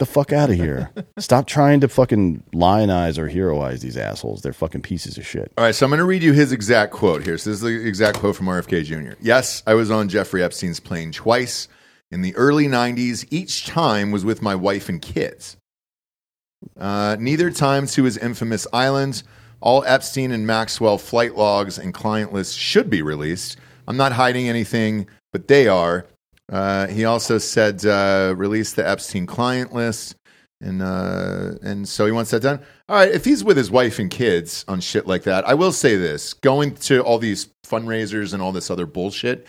the fuck out of here. Stop trying to fucking lionize or heroize these assholes. They're fucking pieces of shit.
All right, so I'm going to read you his exact quote here. So this is the exact quote from RFK Jr. Yes, I was on Jeffrey Epstein's plane twice in the early 90s. Each time was with my wife and kids. Uh, neither time to his infamous island. All Epstein and Maxwell flight logs and client lists should be released. I'm not hiding anything, but they are. Uh, he also said uh, release the Epstein client list, and uh, and so he wants that done. All right, if he's with his wife and kids on shit like that, I will say this: going to all these fundraisers and all this other bullshit,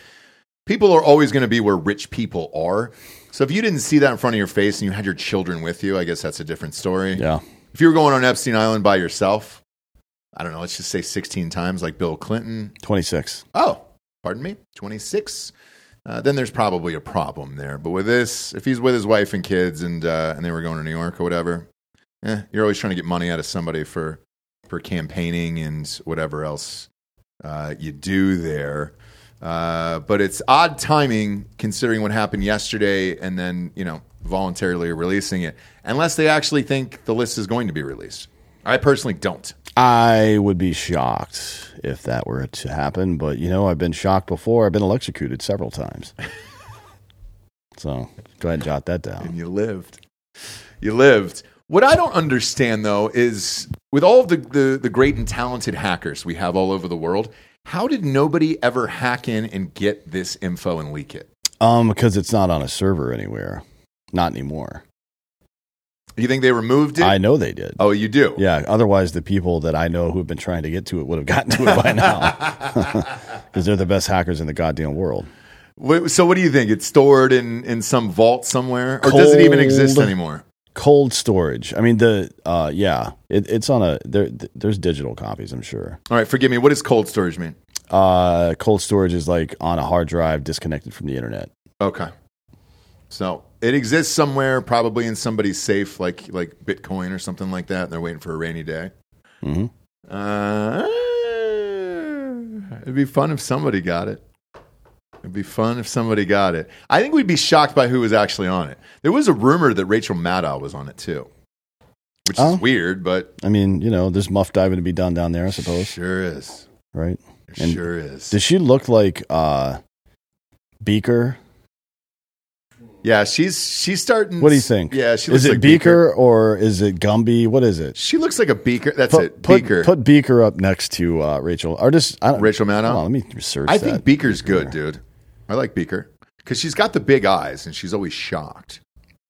people are always going to be where rich people are. So if you didn't see that in front of your face and you had your children with you, I guess that's a different story.
Yeah.
If you were going on Epstein Island by yourself, I don't know, let's just say 16 times like Bill Clinton.
26.
Oh, pardon me, 26. Uh, then there's probably a problem there. But with this, if he's with his wife and kids and, uh, and they were going to New York or whatever, eh, you're always trying to get money out of somebody for, for campaigning and whatever else uh, you do there. Uh, but it's odd timing considering what happened yesterday and then, you know, voluntarily releasing it, unless they actually think the list is going to be released. I personally don't.
I would be shocked if that were to happen, but you know, I've been shocked before. I've been electrocuted several times. so go ahead and jot that down.
and you lived. You lived. What I don't understand though is with all of the, the, the great and talented hackers we have all over the world, how did nobody ever hack in and get this info and leak it?
Um, because it's not on a server anywhere. Not anymore.
You think they removed it?
I know they did.
oh, you do.
Yeah. Otherwise, the people that I know who have been trying to get to it would have gotten to it by now because they're the best hackers in the goddamn world.
Wh- So what do you think? It's stored in, in some vault somewhere, or does it even exist
Cold.
anymore?
Cold storage. I mean, the uh, yeah, it, it's on a there. th- There's digital copies, I'm sure.
All right, forgive me. What does cold storage mean?
Uh, cold storage is like on a hard drive, disconnected from the internet.
Okay, so it exists somewhere, probably in somebody's safe, like like Bitcoin or something like that. And they're waiting for a rainy day.
Mhm.
Uh, it'd be fun if somebody got it. It'd be fun if somebody got it. I think we'd be shocked by who was actually on it. There was a rumor that Rachel Maddow was on it too, which
Oh.
is weird, but
I mean, you know, there's muff diving to be done down there, I suppose,
sure is.
right? Oh. And
Sure is.
Does she look like uh, Beaker?
yeah, she's she's starting.
What do you think?
Yeah, she looks
is it
like
Beaker, or is it Gumby? What is it?
She looks like a beaker. That's it.
put,
Beaker.
Put Beaker up next to uh, Rachel. Or just I don't,
Rachel Maddow?
Hold on, let me research.
I think
that.
Beaker's good, dude. I like Beaker because she's got the big eyes and she's always shocked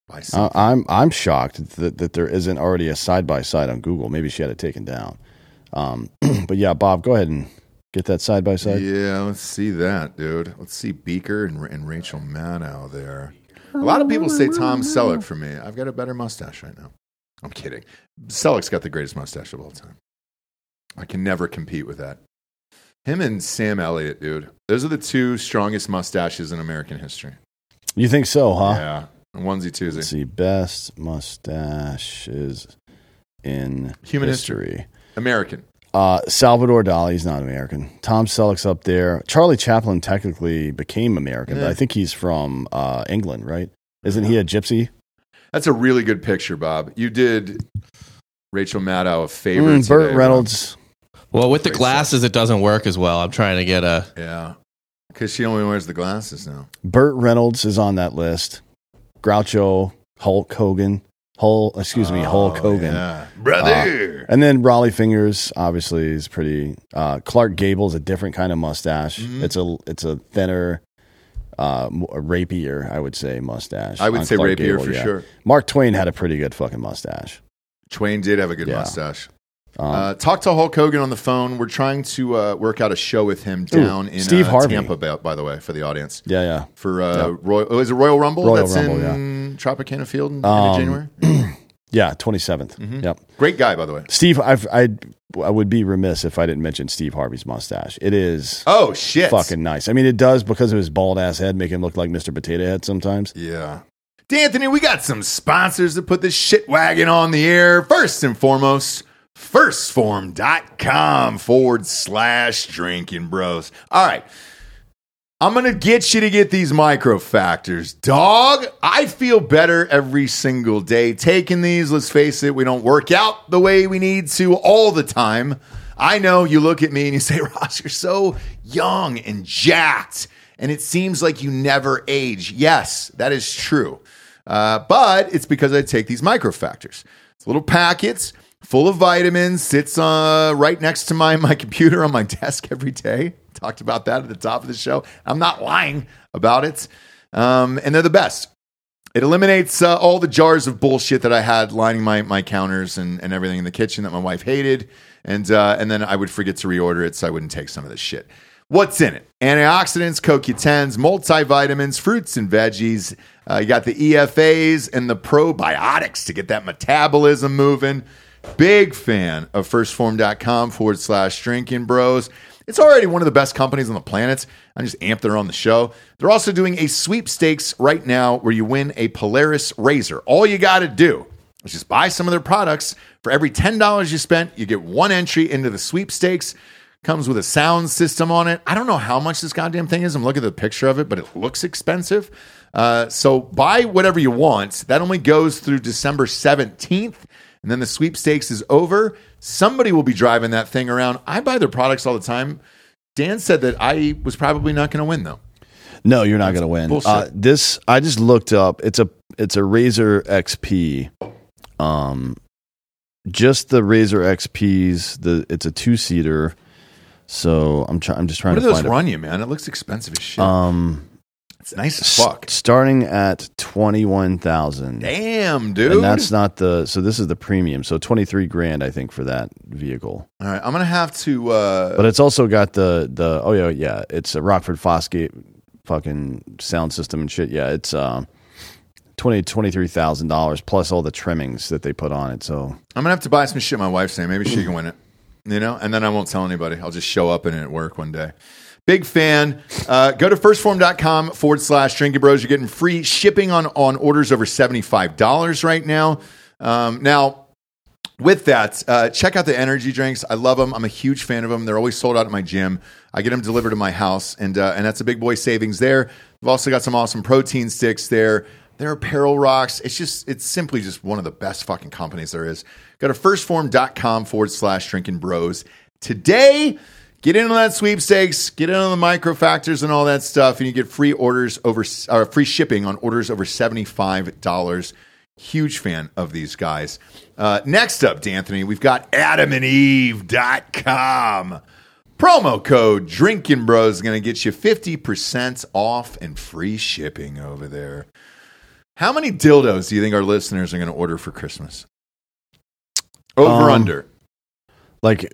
by
Uh,
something.
I'm I'm shocked that, that there isn't already a side by side on Google. Maybe she had it taken down. Um, but yeah, Bob, go ahead and get that side by side.
Yeah, let's see that, dude. Let's see Beaker and, and Rachel Maddow there. A lot of people say Tom Selleck for me. I've got a better mustache right now. I'm kidding. Selleck's got the greatest mustache of all time. I can never compete with that. Him and Sam Elliott, dude. Those are the two strongest mustaches in American history.
You think so, huh?
Yeah. And onesie
Let's
twosie.
see, best mustaches in
Human
history.
American.
Uh, Salvador Dali's not American. Tom Selleck's up there. Charlie Chaplin technically became American, but
Yeah.
I think he's from uh, England, right? Isn't he a gypsy?
That's a really good picture, Bob. You did Rachel Maddow a favor.
Mm,
today,
Burt
Bob.
Reynolds.
Well, with the glasses, it doesn't work as well. I'm trying to get a.
Yeah. Because she only wears the glasses now.
Burt Reynolds is on that list. Groucho, Hulk Hogan, Hulk, excuse me, Hulk Hogan.
Oh, Yeah. Brother.
And then Raleigh Fingers, obviously, is pretty. Uh, Clark Gable's a different kind of mustache.
Mm-hmm.
It's a it's a thinner, uh, mo- rapier, I would say, mustache.
I would
on
say
Clark
rapier for sure.
Mark Twain had a pretty good fucking mustache.
Twain did have a good
Yeah.
mustache.
Um,
Uh, talk to Hulk Hogan on the phone. We're trying to uh, work out a show with him down in
Steve
uh,
Harvey.
Tampa, by, by the way, for the audience.
yeah, yeah.
For uh, Royal, oh, is it Royal Rumble?
Royal
That's
Rumble,
in Tropicana Field in
Um,
January.
Yeah, 27th.
Mm-hmm.
Yep.
Great guy, by the way.
Steve, I've, I I would be remiss if I didn't mention Steve Harvey's mustache. It is
Oh shit!
fucking nice. I mean, it does because of his bald ass head make him look like Mr. Potato Head sometimes.
Yeah. D'Anthony, we got some sponsors to put this shit wagon on the air. First and foremost, firstform.com forward slash drinking bros. All right. I'm gonna get you to get these micro factors, dog. I feel better every single day taking these. Let's face it, we don't work out the way we need to all the time. I know you look at me and you say, Ross, you're so young and jacked, and it seems like you never age. Yes, that is true. Uh, but it's because I take these micro factors. It's little packets full of vitamins, sits uh, right next to my, my computer on my desk every day. Talked about that at the top of the show. I'm not lying about it. Um, and they're the best. It eliminates uh, all the jars of bullshit that I had lining my, my counters and, and everything in the kitchen that my wife hated. And, uh, and then I would forget to reorder it so I wouldn't take some of this shit. What's in it? Antioxidants, CoQ10s, multivitamins, fruits and veggies. Uh, you got the EFAs and the probiotics to get that metabolism moving. Big fan of firstform.com forward slash drinking bros. It's already one of the best companies on the planet. I'm just amped they're on the show. They're also doing a sweepstakes right now where you win a Polaris razor. All you got to do is just buy some of their products. For every $10 you spent, you get one entry into the sweepstakes. Comes with a sound system on it. I don't know how much this goddamn thing is. I'm looking at the picture of it, but it looks expensive. Uh, so buy whatever you want. That only goes through December 17th and then the sweepstakes is over. Somebody will be driving that thing around. I buy their products all the time. Dan said that I was probably not going to win though.
No, you're not going to win.
bullshit.
Uh, this I just looked up. It's a it's a Razor XP. Um, just the Razor XPs. The it's a two seater. So I'm trying. I'm just trying
What do
to
those
find it.
run you, man? It looks expensive as shit.
Um,
it's nice as
s-
fuck.
starting at twenty one thousand.
Damn, dude.
And that's not the so this is the premium. So twenty three grand I think for that vehicle.
all right, I'm gonna have to. Uh,
But it's also got the the oh yeah yeah it's a Rockford Fosgate fucking sound system and shit. Yeah, it's um twenty twenty three thousand dollars plus all the trimmings that they put on it. So
I'm gonna have to buy some shit. My wife's name. Maybe she can win it. You know, and then I won't tell anybody. I'll just show up in it at work one day. Big fan. Uh, go to firstform.com forward slash drinking bros. You're getting free shipping on on orders over seventy five dollars right now. Um, now. with that, uh, check out the energy drinks. I love them. I'm a huge fan of them. They're always sold out at my gym. I get them delivered to my house, and uh, and that's a big boy savings there. We've also got some awesome protein sticks there. Their apparel rocks. It's just, it's simply just one of the best fucking companies there is. Go to firstform.com forward slash drinking bros today. Get in on that sweepstakes, get in on the micro factors and all that stuff, and you get free orders over, uh, free shipping on orders over $75. Huge fan of these guys. Uh, next up, D'Anthony, we've got adamandeve.com. Promo code Drinking Bros is going to get you 50% off and free shipping over there. How many dildos do you think our listeners are going to order for Christmas? Over
Um,
under.
like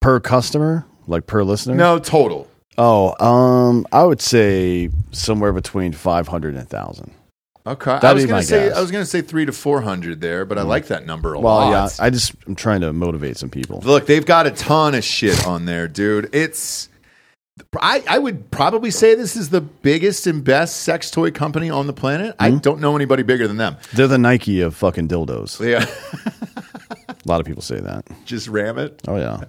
per customer, like per listener.
No, total.
Oh, um, I would say somewhere between five hundred and thousand.
Okay, I
That'd
was
be
gonna
my
say
guess. Hmm.
I was gonna say three to four hundred there, but I like that number a
Well,
lot.
yeah, I just I'm trying to motivate some people.
Look, they've got a ton of shit on there, dude. It's I, I would probably say this is the biggest and best sex toy company on the planet. I don't know anybody bigger than them.
They're the Nike of fucking dildos.
Yeah,
A lot of people say that.
just ram it,
Oh yeah.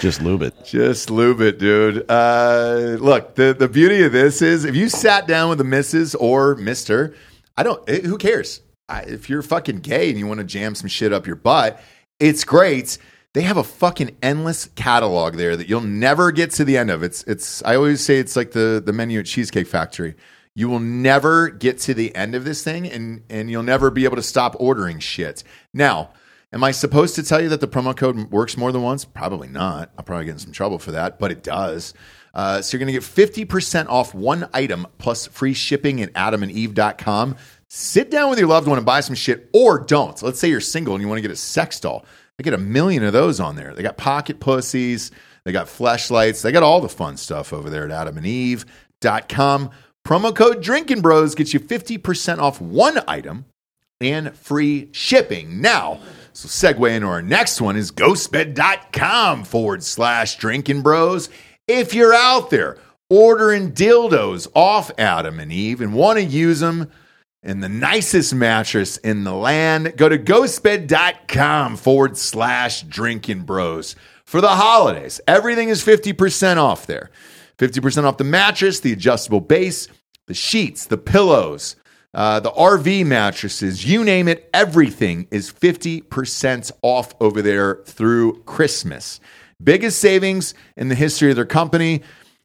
Just lube it.
just lube it, dude. Uh, look, the the beauty of this is if you sat down with the missus or Mister, I don't. It, who cares? I, if you're fucking gay and you want to jam some shit up your butt, it's great. They have a fucking endless catalog there that you'll never get to the end of. It's it's I always say it's like the the menu at Cheesecake Factory. You will never get to the end of this thing and and you'll never be able to stop ordering shit. Now, am I supposed to tell you that the promo code works more than once? Probably not. I'll probably get in some trouble for that, but it does. Uh, so you're going to get 50% off one item plus free shipping at adamandeve.com. Sit down with your loved one and buy some shit or don't. Let's say you're single and you want to get a sex doll. They get a million of those on there. They got pocket pussies, they got flashlights, they got all the fun stuff over there at adamandeve.com. Promo code Drinking Bros gets you 50% off one item and free shipping. Now, so segue into our next one is ghostbed.com forward slash drinking bros. If you're out there ordering dildos off Adam and Eve and want to use them in the nicest mattress in the land, go to ghostbed.com forward slash drinking bros. For the holidays, everything is 50% off there. 50% off the mattress, the adjustable base, the sheets, the pillows, uh, the RV mattresses, you name it, everything is 50% off over there through Christmas. Biggest savings in the history of their company.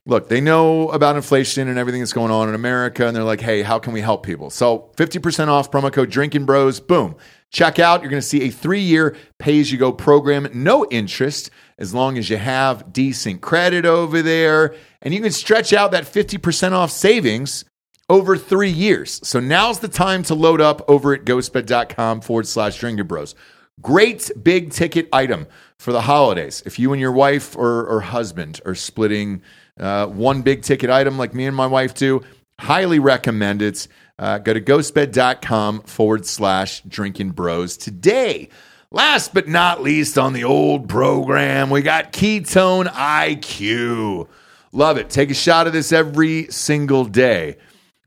Look, they know about inflation and everything that's going on in America, and they're like, hey, how can we help people? So 50% off promo code Drinking Bros. Boom. Check out. You're going to see a three year pay as you go program, no interest, as long as you have decent credit over there. And you can stretch out that 50% off savings over three years. So now's the time to load up over at ghostbed.com forward slash drinking bros. Great big ticket item for the holidays. If you and your wife or, or husband are splitting uh, one big ticket item like me and my wife do, highly recommend it. Uh, go to ghostbed.com forward slash drinking bros today. Last but not least on the old program, we got Ketone IQ. Love it. Take a shot of this every single day.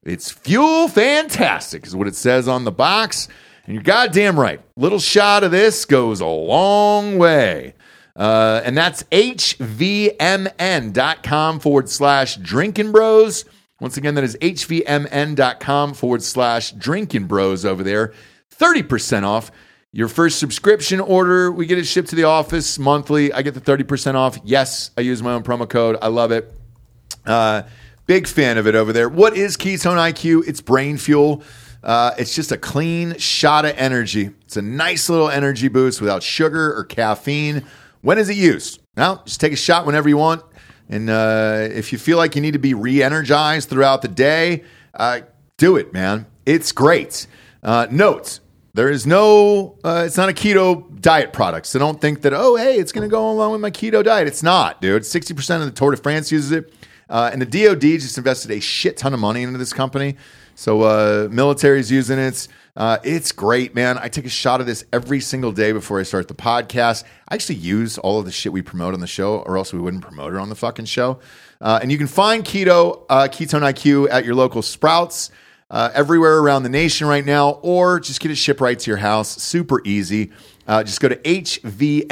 It's fuel fantastic, is what it says on the box. And you're goddamn right. Little shot of this goes a long way. Uh, and that's hvmn.com forward slash drinking bros. Once again, that is hvmn.com forward slash drinking bros over there. 30% off your first subscription order. We get it shipped to the office monthly. I get the 30% off. Yes, I use my own promo code. I love it. Uh, big fan of it over there. What is Ketone IQ? It's brain fuel. Uh, it's just a clean shot of energy. It's a nice little energy boost without sugar or caffeine. When is it used? Now, just take a shot whenever you want. And uh, if you feel like you need to be re energized throughout the day, uh, do it, man. It's great. Uh, note there is no, uh, it's not a keto diet product. So don't think that, oh, hey, it's going to go along with my keto diet. It's not, dude. 60% of the Tour de France uses it. Uh, and the DOD just invested a shit ton of money into this company. So uh, military's using it. Uh, it's great, man. I take a shot of this every single day before I start the podcast. I actually use all of the shit we promote on the show, or else we wouldn't promote it on the fucking show. Uh, and you can find Keto uh, Ketone IQ at your local Sprouts uh, everywhere around the nation right now, or just get it shipped right to your house. Super easy. Uh, just go to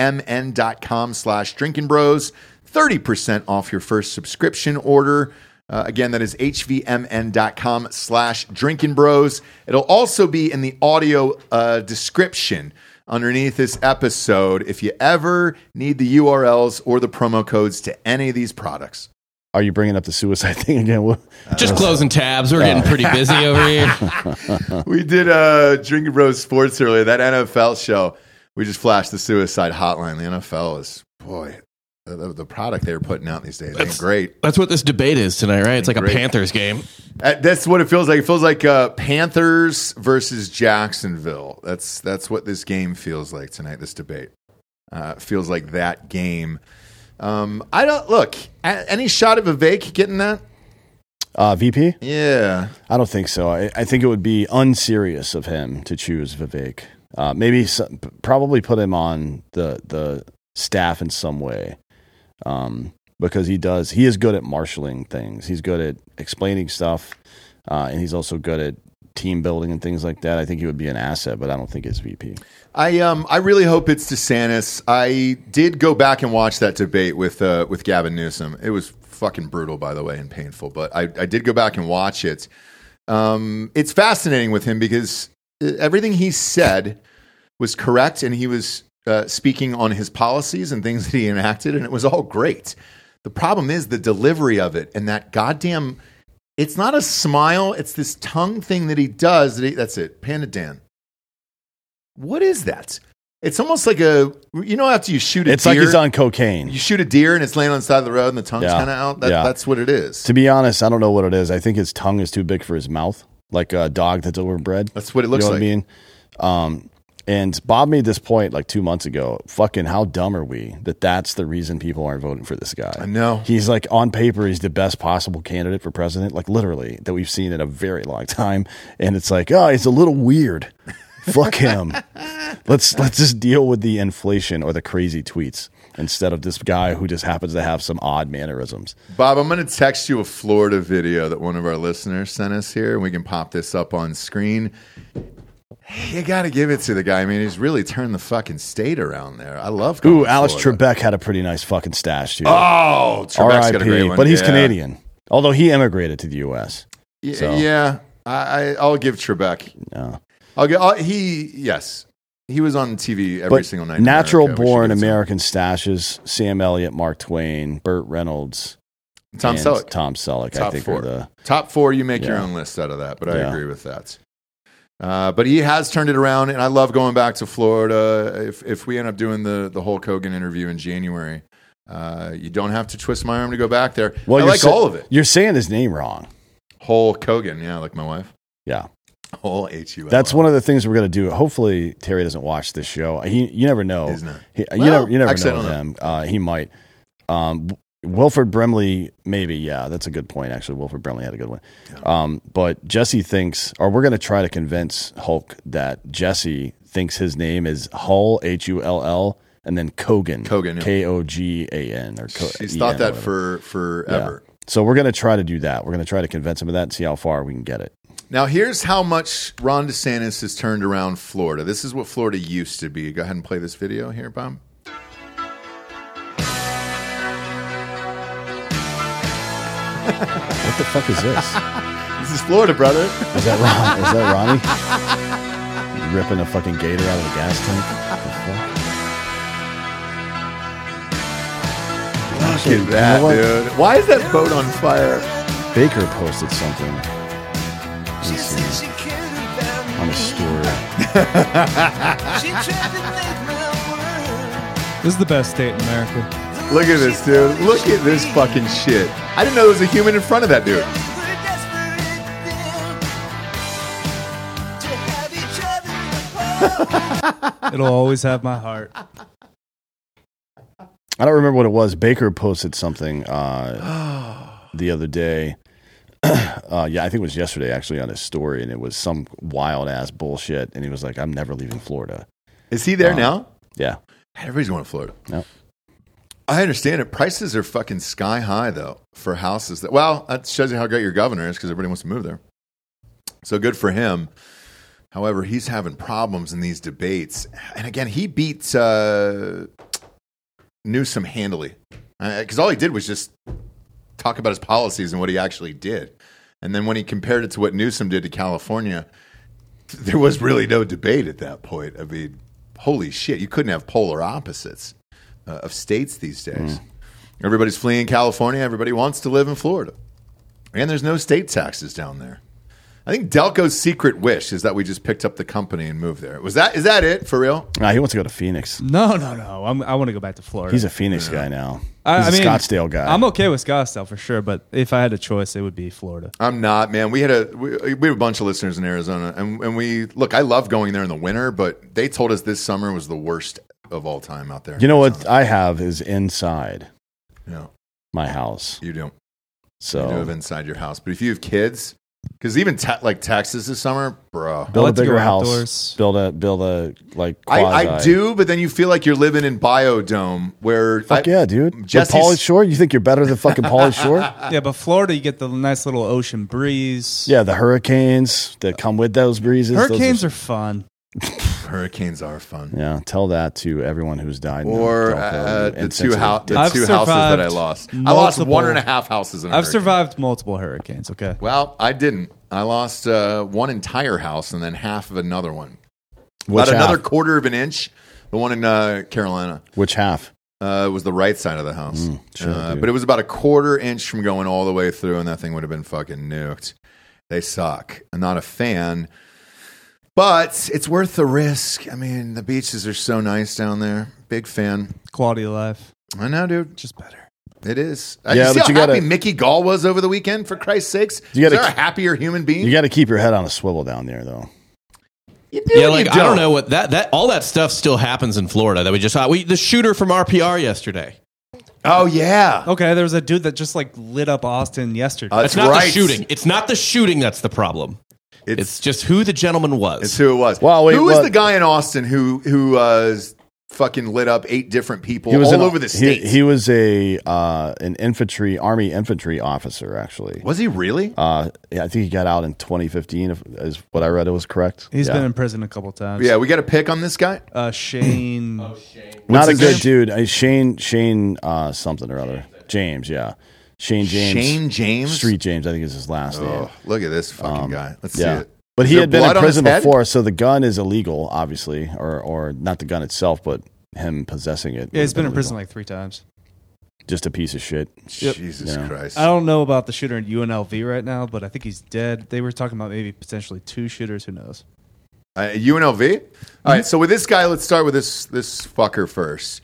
hvmn.com slash drinking bros. 30% off your first subscription order. Uh, again, that is hvmn.com slash drinking bros. It'll also be in the audio uh, description underneath this episode if you ever need the URLs or the promo codes to any of these products.
Are you bringing up the suicide thing again? What-
Just closing tabs. We're getting pretty busy over here.
we did uh Drinking Bros Sports earlier, that NFL show. We just flashed the suicide hotline. The NFL is boy, the- the, the product they were putting out these days ain't great.
That's what this debate is tonight, right? It's like a
Great.
Panthers game.
Uh, That's what it feels like. It feels like uh, Panthers versus Jacksonville. That's that's what this game feels like tonight. This debate uh, feels like that game. Um, I don't look a- any shot of Vivek getting that.
Uh, VP?
Yeah,
I don't think so. I, I think it would be unserious of him to choose Vivek. Uh, maybe some, probably put him on the the staff in some way, um, because he does. He is good at marshaling things. He's good at explaining stuff, uh, and he's also good at team building and things like that. I think he would be an asset, but I don't think it's VP.
I um I really hope it's DeSantis. I did go back and watch that debate with uh, with Gavin Newsom. It was fucking brutal, by the way, and painful. But I, I did go back and watch it. Um, it's fascinating with him because uh, everything he said was correct, and he was uh, speaking on his policies and things that he enacted, and it was all great. The problem is the delivery of it, and that goddamn. It's not a smile. It's this tongue thing that he does. That he, that's it. Panda Dan. What is that? It's almost like a you know after you shoot a
It's
deer,
like he's on cocaine.
you shoot a deer and it's laying on the side of the road and the tongue's
Yeah.
kind of out. That,
Yeah.
That's what it is.
To be honest, I don't know what it is. I think his tongue is too big for his mouth, like a dog that's overbred.
That's what it looks
you know
like.
What I mean, um, and Bob made this point like two months ago. Fucking, how dumb are we that that's the reason people aren't voting for this guy? I
know.
He's like on paper, he's the best possible candidate for president, like literally that we've seen in a very long time. And it's like, oh, he's a little weird. Fuck him. Let's let's just deal with the inflation or the crazy tweets instead of this guy who just happens to have some odd mannerisms.
Bob, I'm going to text you a Florida video that one of our listeners sent us here, and we can pop this up on screen. You got to give it to the guy. I mean, he's really turned the fucking state around there. I love. going
Ooh,
to
Alex
Florida.
Trebek had a pretty nice fucking stash, dude.
Oh, Trebek's got a great one.
but he's
Yeah.
Canadian. Although he immigrated to the U.S.
Y-
so.
Yeah, I, I, I'll give Trebek.
No.
I'll give. I'll, he yes, he was on TV every
but
single night. in
natural
America. We should
born
give it to him.
American stashes: Sam Elliott, Mark Twain, Burt Reynolds,
Tom
and
Selleck.
Tom Selleck, I
Top
think,
four.
are the
Top four, you make your
Yeah.
own list out of that, but I
Yeah.
agree with that. Uh, but he has turned it around, and I love going back to Florida. If if we end up doing the the Hulk Hogan interview in January, uh, you don't have to twist my arm to go back there. I
you're
like
sa-
all of it.
You're saying his name wrong.
Hulk Hogan, yeah, like my wife.
Yeah,
Whole H U. L.
that's one of the things we're gonna do. Hopefully, Terry doesn't watch this show. He, you never know.
He's not.
He- you
Well,
never, you never
actually, I
know
don't know.
him. Uh, he might. Um, Wilfred Brimley, maybe. Yeah, that's a good point. Actually, Wilfred Brimley had a good one. Um, but Jesse thinks, or we're going to try to convince Hulk that Jesse thinks his name is Hull H U L L, and then Kogan,
Kogan, yeah.
K O G A N, or Co-
She's
E N,
thought that
whatever.
for
Yeah.
forever.
So we're going to try to do that. We're going to try to convince him of that and see how far we can get it.
Now, here's how much Ron DeSantis has turned around Florida. This is what Florida used to be. Go ahead and play this video here, Bob.
What the fuck is this?
This is Florida, brother.
Is that Ron? Is that Ronnie? Ripping a fucking gator out of the gas tank. The fuck?
Look at that,
You know
dude. Why is that boat on fire?
Baker posted something. Let me see. On a story.
This is the best state in America.
Look at this, dude. Look at this fucking shit. I didn't know there was a human in front of that dude.
It'll always have my heart.
I don't remember what it was. Baker posted something uh, the other day. uh, yeah, I think it was yesterday actually on his story, and it was some wild ass bullshit. And he was like, "I'm never leaving Florida."
Is he there now?
Yeah,
Everybody's going to Florida.
no,
I understand it. Prices are fucking sky high though for houses. That well, that shows you how great your governor is because everybody wants to move there. So good for him. However, he's having problems in these debates, and again, he beat uh, Newsom handily because all he did was just talk about his policies and what he actually did. And then when he compared it to what Newsom did to California, there was really no debate at that point. I mean, holy shit, you couldn't have polar opposites uh, of states these days.
Mm.
Everybody's fleeing California. Everybody wants to live in Florida. And there's no state taxes down there. I think Delco's secret wish is that we just picked up the company and moved there. Was that is that it for real?
Nah, he wants to go to Phoenix.
No, no, no. I'm, I want to go back to Florida.
He's a Phoenix guy now. He's
I- I
a
mean,
Scottsdale guy.
I'm okay with Scottsdale for sure, but if I had a choice, it would be Florida.
Uh,
I'm not, man. We had a we, we have a bunch of listeners in Arizona, and, and we look. I love going there in the winter, but they told us this summer was the worst of all time out there.
you know what I have is inside
no,
my house.
you don't.
So
you do have inside your house. But if you have kids, because even te- like Texas this summer, bro,
build
I
a
like to
bigger
go
house.
outdoors.
Build a build a like.
I, I
quasi.
do. But then you feel like you're living in biodome where
Fuck
I-
yeah, dude. Just
Jesse's-
Pauly Shore. You think you're better than fucking Pauly Shore?
Yeah, but Florida, you get the nice little ocean breeze.
Yeah, the hurricanes that come with those breezes. those
Hurricanes are fun.
hurricanes are fun.
Yeah, tell that to everyone who's died. in
Or
Delta
uh, the
and
two,
Cincinnati.
hou- the
I've
two houses that I
survived
lost. I lost
multiple-
one and a half houses. In a
I've
hurricane.
survived multiple hurricanes, okay?
Well, I didn't. I lost uh, one entire house and then half of another one. About
Which half?
another quarter of an inch. The one in uh, Carolina
Which half?
uh, was the right side of the house,
Mm, sure,
uh,
dude.
but it was about a quarter inch from going all the way through, and that thing would have been fucking nuked. They suck. I'm not a fan, but it's worth the risk. I mean, the beaches are so nice down there. Big fan.
Quality of life,
I know, dude.
just better.
It is. I
Yeah,
you see
but
how
you gotta-
happy Mickey Gall was over the weekend. For Christ's sakes,
You gotta
is there a
ke-
happier human being?
You got to keep your head on a swivel down there, though.
You do
Yeah,
and you
like I don't know what that that all that stuff still happens in Florida that we just saw. We the shooter from RPR yesterday.
Oh yeah,
Okay, there was a dude that just like lit up Austin yesterday.
Uh,
It's not
right.
the shooting. It's not the shooting that's the problem.
It's
It's just who the gentleman was.
it's who it was.
Well, wait,
who was
what-
the guy in Austin who who uh, fucking lit up eight different people
He was
all
an-
over the
he-
states.
He, was a uh, an infantry army infantry officer actually.
was he really?
Uh, yeah, I think he got out in 2015, if, is what I read. It was correct.
He's
He's
been in prison a couple times.
yeah, we got a pick on this guy.
Uh, Shane.
not a
his
good
name?
dude. Uh, Shane Shane uh, something or other. James, yeah, Shane James.
Shane James?
Street James, I think is his last name.
Oh, look at this fucking guy. Let's
um, yeah.
see it.
But he
Is there
had been
blood
in
on his
prison
head?
before, so the gun is illegal, obviously, or or not the gun itself, but him possessing it. would
Yeah, he's
have
been in prison
illegal.
like three times.
Just a piece of shit.
Jesus
Yeah.
Christ.
I don't know about the shooter in UNLV right now, but I think he's dead. They were talking about maybe potentially two shooters. Who knows?
Uh, UNLV. All right, so with this guy, let's start with this this fucker first.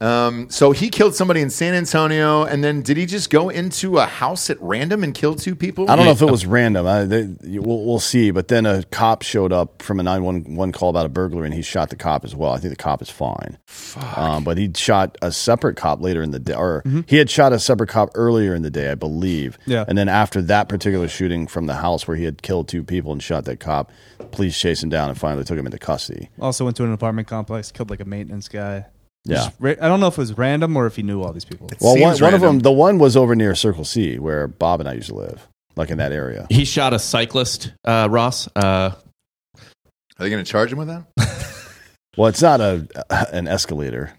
Um, so he killed somebody in San Antonio, and then did he just go into a house at random and kill two people?
I don't know if it was random. I, they, you- we'll, we'll see. But then a cop showed up from a 911 call about a burglar and he shot the cop as well. I think the cop is fine. Um, but he shot a separate cop later in the day, or
Mm-hmm.
he had shot a separate cop earlier in the day, I believe.
Yeah.
And then after that particular shooting from the house where he had killed two people and shot that cop, police chased him down and finally took him into custody.
Also went to an apartment complex, killed like a maintenance guy.
Yeah.
Ra- I don't know if it was random or if he knew all these people.
Well, one,
Seems
one of
random.
them, the one was over near Circle C where Bob and I used to live, like in that area.
He shot a cyclist, uh, Ross. Uh,
Are they going to charge him with that?
Well, it's not a an escalator,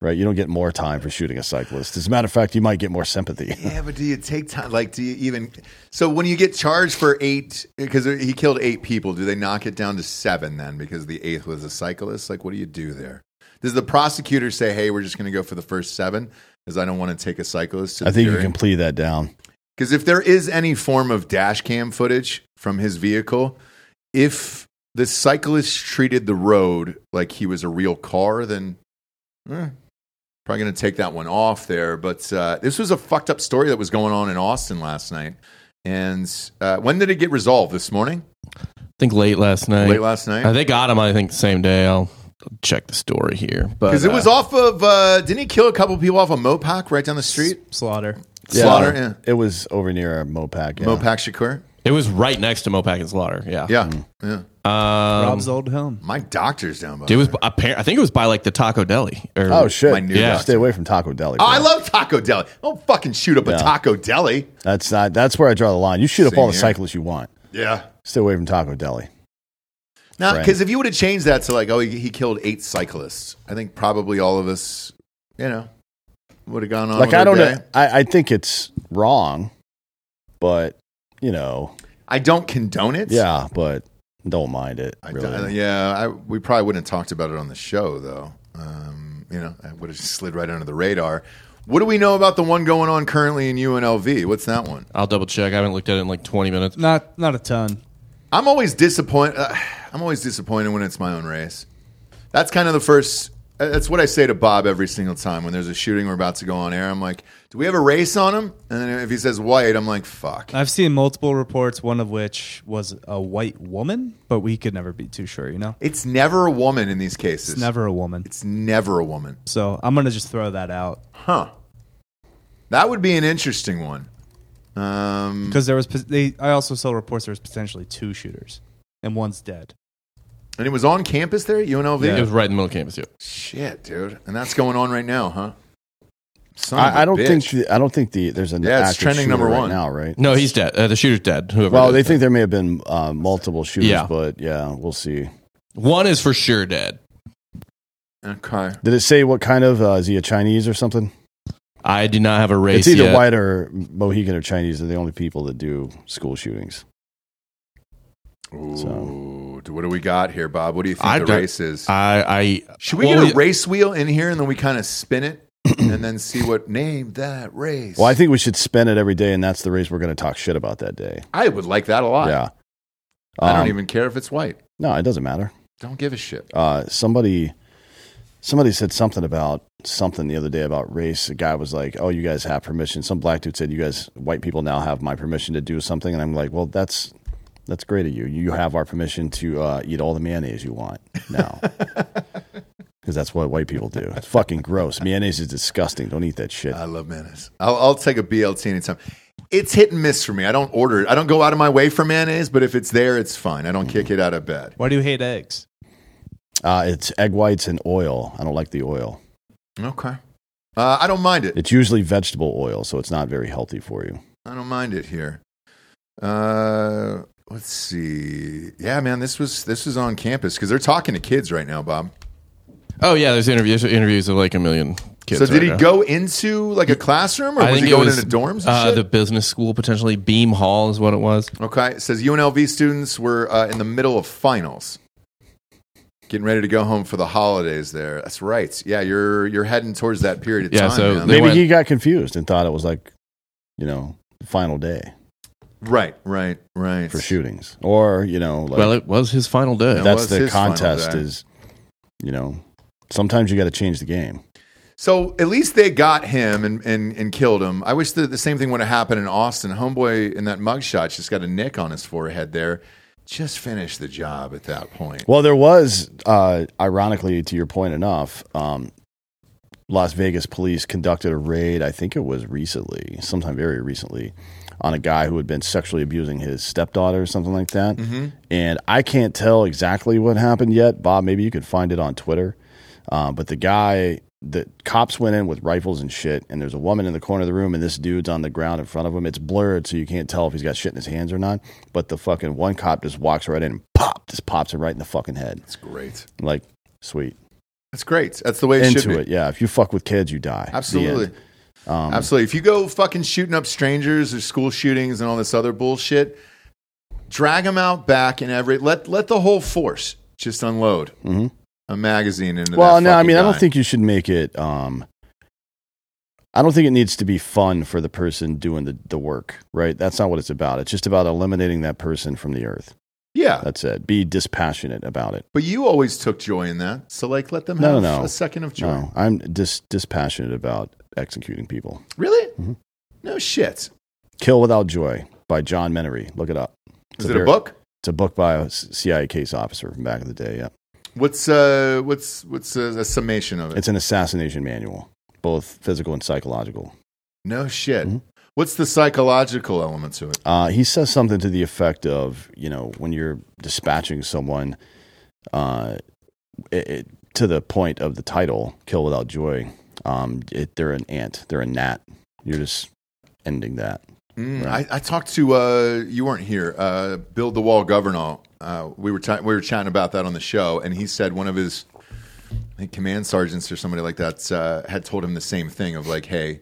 right? You don't get more time for shooting a cyclist. As a matter of fact, you might get more sympathy.
yeah, but do you take time? Like, do you even? So when you get charged for eight, because he killed eight people, do they knock it down to seven then? Because the eighth was a cyclist. Like, what do you do there? Does the prosecutor say, "Hey, we're just going to go for the first seven because I don't want to take a cyclist"? To
I
the
think you
jury?
can plead that down.
Because if there is any form of dash cam footage from his vehicle, if the cyclist treated the road like he was a real car, then eh, probably going to take that one off there. But uh, this was a fucked up story that was going on in Austin last night. And uh, when did it get resolved? This morning?
I think late last night.
Late last
Uh,
night?
they got him. I think the same day. I'll I'll check the story here, but
Because it was
uh,
off of, uh, didn't he kill a couple people off of Mopac right down the street?
Slaughter.
Slaughter, yeah.
It was over near Mopac. Yeah.
Mopac Shakur?
it was right next to Mopac and Slaughter. Yeah,
Yeah. yeah.
Rob's old home.
My doctor's down by
It was
there.
apparent. I think it was by like the Taco Deli. Or,
Oh shit!
My new
yeah.
doctor.
Stay away from Taco Deli.
Oh, I
bro.
love Taco Deli. Don't fucking shoot up a Taco Deli.
that's not. That's where I draw the line. You shoot up
Same
all the
here.
cyclists you want.
Yeah.
Stay away from Taco Deli.
Now,
Right.
because if you would have changed that to like, oh, he, he killed eight cyclists, I think probably all of us, you know, would have gone on.
Like
with
I
our
don't.
day.
Know, I, I think it's wrong, but you know,
I don't condone it.
yeah, but don't mind it.
I
really.
don't- yeah. I, we probably wouldn't have talked about it on the show though. Um, you know, I would have slid right under the radar. What do we know about the one going on currently in UNLV? What's that one?
I'll double check. I haven't looked at it in like 20 minutes.
Not not a ton.
I'm always disappointed. Uh, I'm always disappointed when it's my own race. That's kind of the first. uh, That's what I say to Bob every single time when there's a shooting we're about to go on air. I'm like, "Do we have a race on him?" And then if he says white, I'm like, "Fuck."
I've seen multiple reports, one of which was a white woman, but we could never be too sure, you know?
It's never a woman in these cases.
It's never a woman.
It's never a woman.
So I'm going to just throw that out.
Huh. That would be an interesting one. Um,
Because there was, they, I also saw reports there was potentially two shooters, and one's dead.
and it was on campus there at UNLV.
It was right in the middle of campus. Yeah.
Shit, dude. And that's going on right now, huh? Son of a
I, I don't
bitch.
think. The, I don't think the there's an.
Yeah, it's
active
trending
shooter
number
right
one.
now, right?
No, he's dead. Uh, the shooter's dead. Whoever.
Well,
it
they
is.
think there may have been uh, multiple shooters,
Yeah.
but yeah, we'll see.
one is for sure dead.
Okay.
Did it say what kind of? Uh, is he a Chinese or something?
I do not have a race.
it's either
yet.
white or Mohican or Chinese. They're the only people that do school shootings.
Ooh,
So-
what do we got here, Bob? What do you think
I
the
don't-
race is?
I. I
Should we
well,
get a race wheel in here and then we kind of spin it and then see what name that race?
Well, I think we should spend it every day, and that's the race we're going to talk shit about that day.
I would like that a lot.
Yeah.
I don't
Um,
even care if it's white.
No, it doesn't matter.
Don't give a shit.
uh, somebody somebody said something about something the other day about race. A guy was like, "Oh, you guys have permission." Some black dude said, "You guys, white people, now have my permission to do something," and I'm like, "Well, that's that's great of you. You have our permission to uh, eat all the mayonnaise you want now." Because that's what white people do. It's fucking gross. Mayonnaise is disgusting. Don't eat that shit.
I love mayonnaise. I'll, I'll take a BLT anytime. It's hit and miss for me. I don't order it. I don't go out of my way for mayonnaise, but if it's there, it's fine. I don't kick it out of bed.
Why do you hate eggs?
Uh, it's egg whites and oil. I don't like the oil.
Okay. Uh, I don't mind it.
It's usually vegetable oil, so it's not very healthy for you.
I don't mind it here. Uh, let's see. Yeah, man, this was this was on campus because they're talking to kids right now, Bob.
Oh yeah, there's interviews interviews of like a million kids.
so did
right
he
now.
go into like a classroom or was he
it
going
was,
into dorms? And
uh,
shit?
The business school potentially Beam Hall is what it was.
Okay. It says UNLV students were uh, in the middle of finals, getting ready to go home for the holidays. There. That's right. Yeah, you're you're heading towards that period of
Yeah,
time.
so
man.
They
Maybe
went-
he got confused and thought it was like, you know, final day
right, right, right.
for shootings, or you know, like
well, it was his final day.
That-
that's
was
the
his final
contest.
day.
Is you know, sometimes you got to change the game.
So at least they got him and, and, and killed him. I wish that the same thing would have happened in Austin. Homeboy in that mugshot just got a nick on his forehead there. Just finished the job at that point.
Well, there was, uh, ironically, to your point enough, um, Las Vegas police conducted a raid, I think it was recently, sometime very recently, on a guy who had been sexually abusing his stepdaughter or something like that.
Mm-hmm.
And I can't tell exactly what happened yet. Bob, maybe you could find it on Twitter. Um, but the guy, the cops went in with rifles and shit, and there's a woman in the corner of the room, and this dude's on the ground in front of him. It's blurred, so you can't tell if he's got shit in his hands or not. But the fucking one cop just walks right in and pop, just pops him right in the fucking head.
That's great.
Like, sweet.
That's great. That's the way it should be.
Into it. Yeah. If you fuck with kids, you die. The end. Um,
Absolutely. Absolutely. If you go fucking shooting up strangers or school shootings and all this other bullshit, drag them out back and every let let the whole force just unload a magazine into.
Mm-hmm. Well,
that
no, I
fucking
mean, I don't
guy.
think you should make it. Um, I don't think it needs to be fun for the person doing the, the work, right? That's not what it's about. It's just about eliminating that person from the earth.
Yeah,
That's it. Be dispassionate about it.
but you always took joy in that, so like let them
No,
have
no.
a second of joy.
No, I'm dis- dispassionate about executing people.
Really?
Mm-hmm.
No shit.
Kill Without Joy by John Menery. Look it up. It's
Is it a
very-
book?
It's a book by a s- CIA case officer from back in the day. Yeah.
What's uh what's what's uh, a summation of it?
It's an assassination manual, both physical and psychological.
no shit.
Mm-hmm.
What's the psychological element to it?
Uh, he says something to the effect of, you know, when you're dispatching someone, uh, it, it, to the point of the title, "Kill Without Joy," um, it, they're an ant, they're a gnat. You're just ending that.
Mm,
Right.
I, I talked to uh, you weren't here. Uh, Build the wall, Governor. Uh, we were ta- we were chatting about that on the show, and he said one of his I think command sergeants or somebody like that uh, had told him the same thing of like, hey,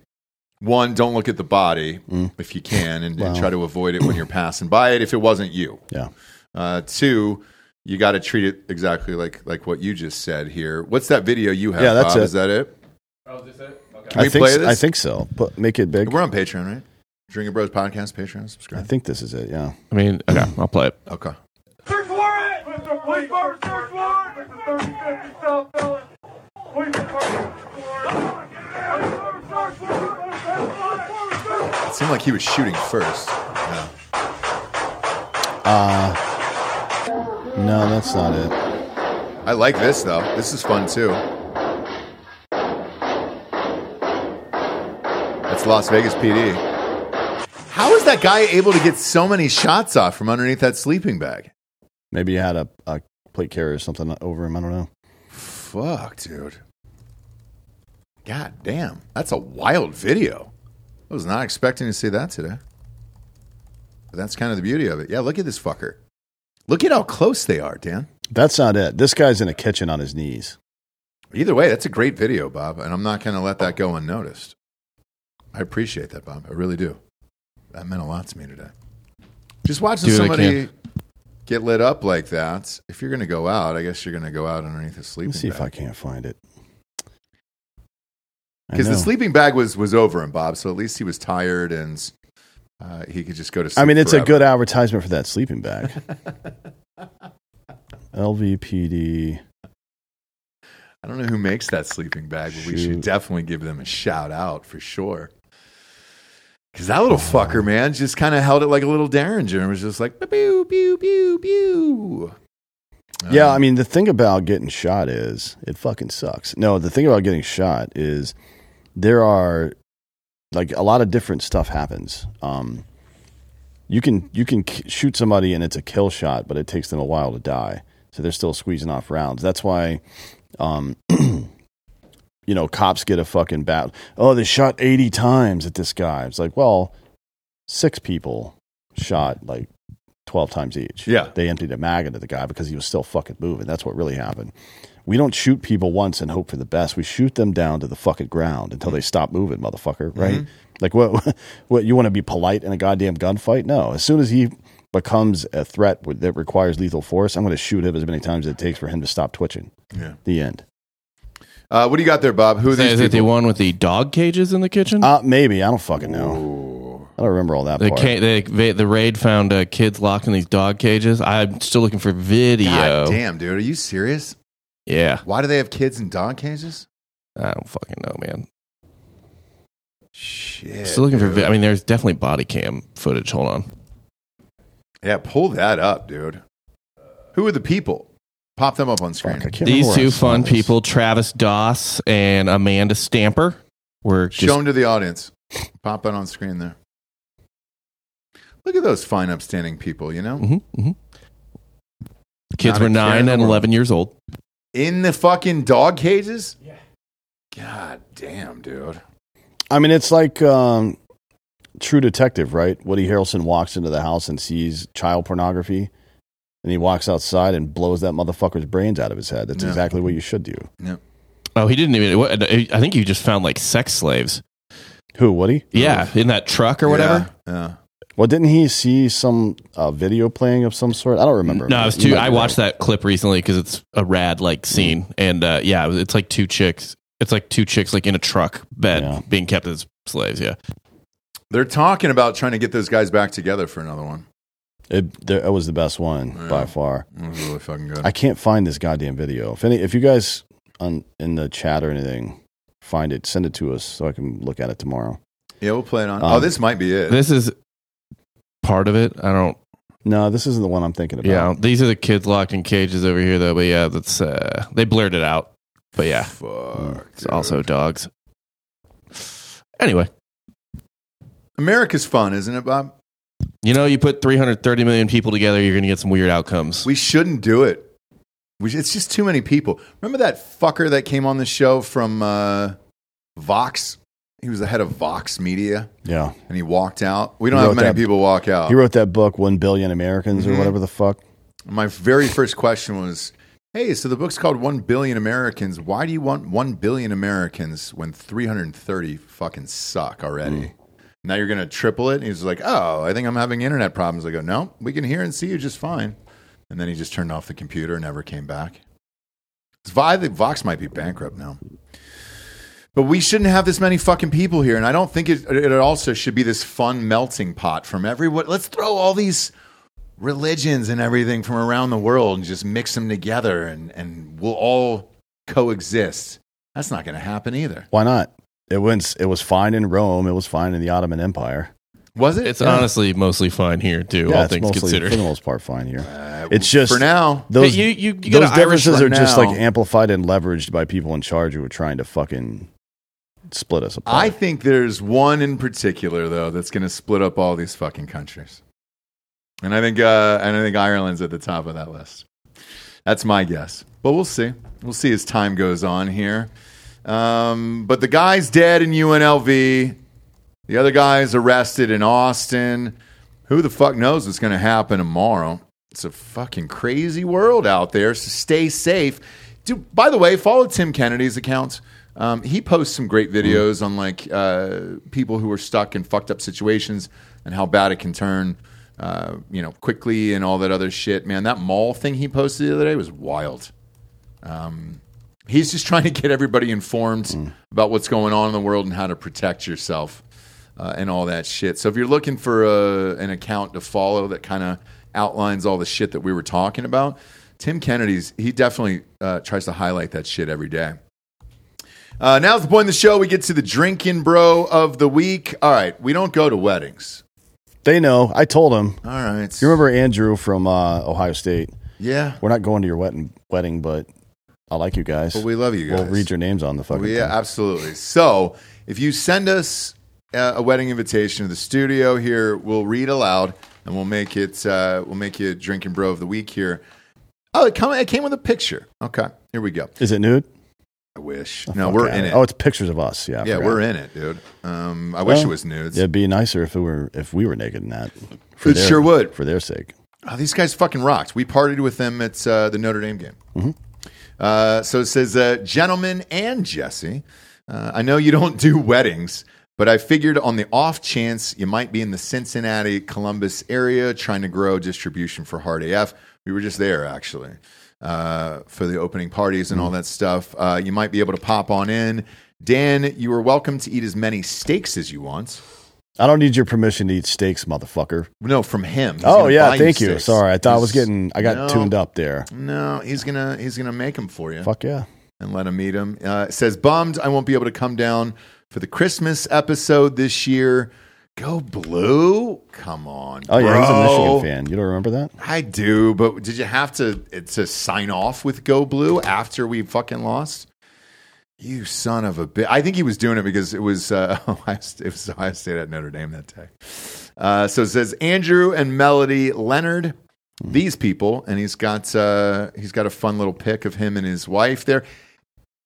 one, don't look at the body
Mm.
if you can, and, and try to avoid it when you're passing by it if it wasn't you.
Yeah.
Uh, two, you got to treat it exactly like like what you just said here. What's that video you have?
Yeah, that's
Bob?
it.
Is that it? Can
I
we
think
play
s-
this?
I think so. But make it big.
We're on Patreon, right? Drinking Bros Podcast, Patreon,
I
subscribe.
think this is it. Yeah.
I mean, okay, I'll play it.
Okay.
Search warrant! Mr. Police Department, search warrant! Mr. 3050 South Dallas. Police Department, search warrant! Search warrant! Search warrant! Search warrant! Search warrant!
It seemed like he was shooting first. Yeah.
No, that's not it.
I like this though. This is fun too. That's Las Vegas PD. How is that guy able to get so many shots off from underneath that sleeping bag?
Maybe you had a, a plate carrier or something over him. I don't know.
Fuck, dude. God damn. That's a wild video. I was not expecting to see that today. But that's kind of the beauty of it. Yeah, look at this fucker. Look at how close they are, Dan.
That's not it. This guy's in a kitchen on his knees.
Either way, that's a great video, Bob, and I'm not going to let that go unnoticed. I appreciate that, Bob. I really do. That meant a lot to me today. Just watching
Do it
somebody
again.
get lit up like that. If you're going to go out, I guess you're going to go out underneath a sleeping
Let's see if I
bag.
can't find it. I
Because the
know.
sleeping bag was was over him, Bob. So at least he was tired and uh, he could just go to. sleep
I mean, it's
forever.
a good advertisement for that sleeping bag. LVPD.
I don't know who makes that sleeping bag, but we should
Shoot.
definitely give them a shout out for sure. Because that little fucker, man, just kind of held it like a little derringer and was just like, pew, pew, pew, pew. Um,
yeah, I mean, the thing about getting shot is it fucking sucks. No, the thing about getting shot is there are like a lot of different stuff happens. Um, you can you can k- shoot somebody and it's a kill shot, but it takes them a while to die. So they're still squeezing off rounds. That's why, um, you know, cops get a fucking bat. Oh, they shot 80 times at this guy. It's like, well, six people shot like 12 times each.
Yeah.
They emptied a maggot at the guy because he was still fucking moving. That's what really happened. We don't shoot people once and hope for the best. We shoot them down to the fucking ground until they stop moving,
Mm-hmm.
motherfucker. Right? Like what? What you want to be polite in a goddamn gunfight? No. As soon as he becomes a threat with- that requires lethal force, I'm going to shoot him as many times as it takes for him to stop twitching.
Yeah.
The end.
Uh, what do you got there, Bob? Who are
Is
these
it the
people? Oh,
one with the dog cages in the kitchen?
Uh, maybe I don't fucking know. I don't remember all that
The,
part.
ca- the, the raid found uh, kids locked in these dog cages. I'm still looking for video.
God damn, dude, are you serious?
Yeah.
Why do they have kids in dog cages?
I don't fucking know, man.
Shit.
Still looking for.
dude.
Vi- I mean, there's definitely body cam footage. Hold on.
Yeah, pull that up, dude. Who are the people? Pop them up on
Fuck, I
screen.
can't remember
These
where I
two
saw
fun
this.
people, Travis Doss and Amanda Stamper, were just
Show them to the audience. Pop that on screen there. Look at those fine, upstanding people, you know?
Mhm, mhm. kids
Not
were
a care in
nine
the
and
world.
eleven years old.
In the fucking dog cages? Yeah. God damn, dude.
I mean, it's like um, True Detective, right? Woody Harrelson walks into the house and sees child pornography, and he walks outside and blows that motherfucker's brains out of his head. That's
Yeah.
exactly what you should do.
Oh, he didn't even. what- I think he just found like sex slaves.
Who, Woody?
Yeah, in that truck or whatever.
Yeah. yeah.
Well, didn't he see some uh, video playing of some sort? I don't remember.
No, it was
You
two.
might
I
be
watched
right.
that clip recently because it's a rad like scene, and uh, yeah, it was- it's like two chicks. It's like two chicks like in a truck bed
Yeah.
being kept as slaves. Yeah,
They're talking about trying to get those guys back together for another one.
It, there, it was the best one by far.
It was really fucking good.
I can't find this goddamn video. If any, if you guys on in the chat or anything find it, send it to us so I can look at it tomorrow.
yeah, we'll play it on.
Um,
oh, this might be it.
this is part of it. I don't.
No, this isn't the one I'm thinking about.
Yeah, I don't- these are the kids locked in cages over here though. But yeah, that's uh, they blurred it out. But yeah,
Fuck.
it's
dude.
also dogs. Anyway,
America's fun, isn't it, Bob?
you know, you put 330 million people together, you're going to get some weird outcomes.
We shouldn't do it. We sh- it's just too many people. Remember that fucker that came on the show from uh, Vox? He was the head of Vox Media,
yeah.
and he walked out. We don't
He
have
wrote
many
that-
people walk out.
He wrote that book, One Billion Americans,
Mm-hmm.
or whatever the fuck.
My very first question was, "Hey, so the book's called One Billion Americans. Why do you want one billion Americans when three hundred and thirty fucking suck already?" Now you're going to triple it. And he's like, "Oh, I think I'm having internet problems." I go, "No, we can hear and see you just fine." And then he just turned off the computer and never came back. I think Vox might be bankrupt now. But we shouldn't have this many fucking people here, and I don't think it, it also should be this fun melting pot from everyone. Let's throw all these religions and everything from around the world and just mix them together, and, and we'll all coexist. That's not going to happen either,
Why not? It went. It was fine in Rome. It was fine in the Ottoman Empire.
was it?
It's honestly mostly fine here, too, all
it's
things
mostly,
considered.
for the most part, fine here. it's just
Uh, for now.
Those
Hey, you- you- you got
those
an Irish
differences are
right
just
now.
like amplified and leveraged by people in charge who are trying to fucking split us
I
apart.
think there's one in particular though that's going to split up all these fucking countries, and I think uh, and I think Ireland's at the top of that list. That's my guess, but we'll see. We'll see as time goes on here. Um, but the guy's dead in UNLV. The other guy's arrested in Austin. Who the fuck knows what's going to happen tomorrow? It's a fucking crazy world out there. So stay safe. Dude, by the way, follow Tim Kennedy's account. Um, he posts some great videos on like uh, people who are stuck in fucked up situations and how bad it can turn, uh, you know, quickly and all that other shit. Man, that mall thing he posted the other day was wild. He's just trying to get everybody informed
Mm.
about what's going on in the world and how to protect yourself uh, and all that shit. So if you're looking for uh an account to follow that kind of outlines all the shit that we were talking about, Tim Kennedy's he definitely uh, tries to highlight that shit every day. Uh, now's the point of the show. We get to the drinking bro of the week. All right, we don't go to weddings.
they know. I told them.
All right,
You remember Andrew from uh, Ohio State?
Yeah,
We're not going to your wedding, wedding, but I like you guys.
but we love you guys.
We'll read your names on the fucking.
Well, Oh, yeah,
thing.
absolutely. So if you send us uh, a wedding invitation to the studio here, we'll read aloud and we'll make it. Uh, we'll make you drinking bro of the week here. Oh, it, come, it came with a picture. Okay, here we go.
Is it nude?
I wish. no,
Fuck
we're
yeah.
in it.
Oh, it's pictures of us. Yeah. I
yeah,
forgot.
we're in it, dude. Um, I wish
Well,
it was nudes.
It'd be nicer if it were if we were naked in that.
It sure would.
for their sake.
Oh, these guys fucking rocked. We partied with them at uh, the Notre Dame game.
Mm-hmm.
Uh, so it says, uh, gentlemen and Jesse, uh, I know you don't do weddings, but I figured on the off chance you might be in the Cincinnati, Columbus area trying to grow distribution for Hard AF. We were just there actually uh, for the opening parties and all
Mm-hmm.
that stuff. Uh, you might be able to pop on in. Dan, you are welcome to eat as many steaks as you want.
I don't need your permission to eat steaks, motherfucker.
No, from him. He's
oh
gonna buy
yeah, thank you.
steaks.
Sorry, I thought I was
He's-
getting I got
No.
tuned up there.
No, he's gonna he's gonna make them for you
Fuck yeah.
and let him eat them. Uh, it says bummed I won't be able to come down for the Christmas episode this year. Go blue! Come on,
Oh yeah, he's a
bro.
Michigan fan. You don't remember that?
I do, but did you have to to sign off with Go Blue after we fucking lost? You son of a bitch! I think he was doing it because it was uh, Ohio State, it was Ohio State at Notre Dame that day. Uh, so it says Andrew and Melody Leonard.
Hmm.
These people, and he's got uh, he's got a fun little pic of him and his wife there.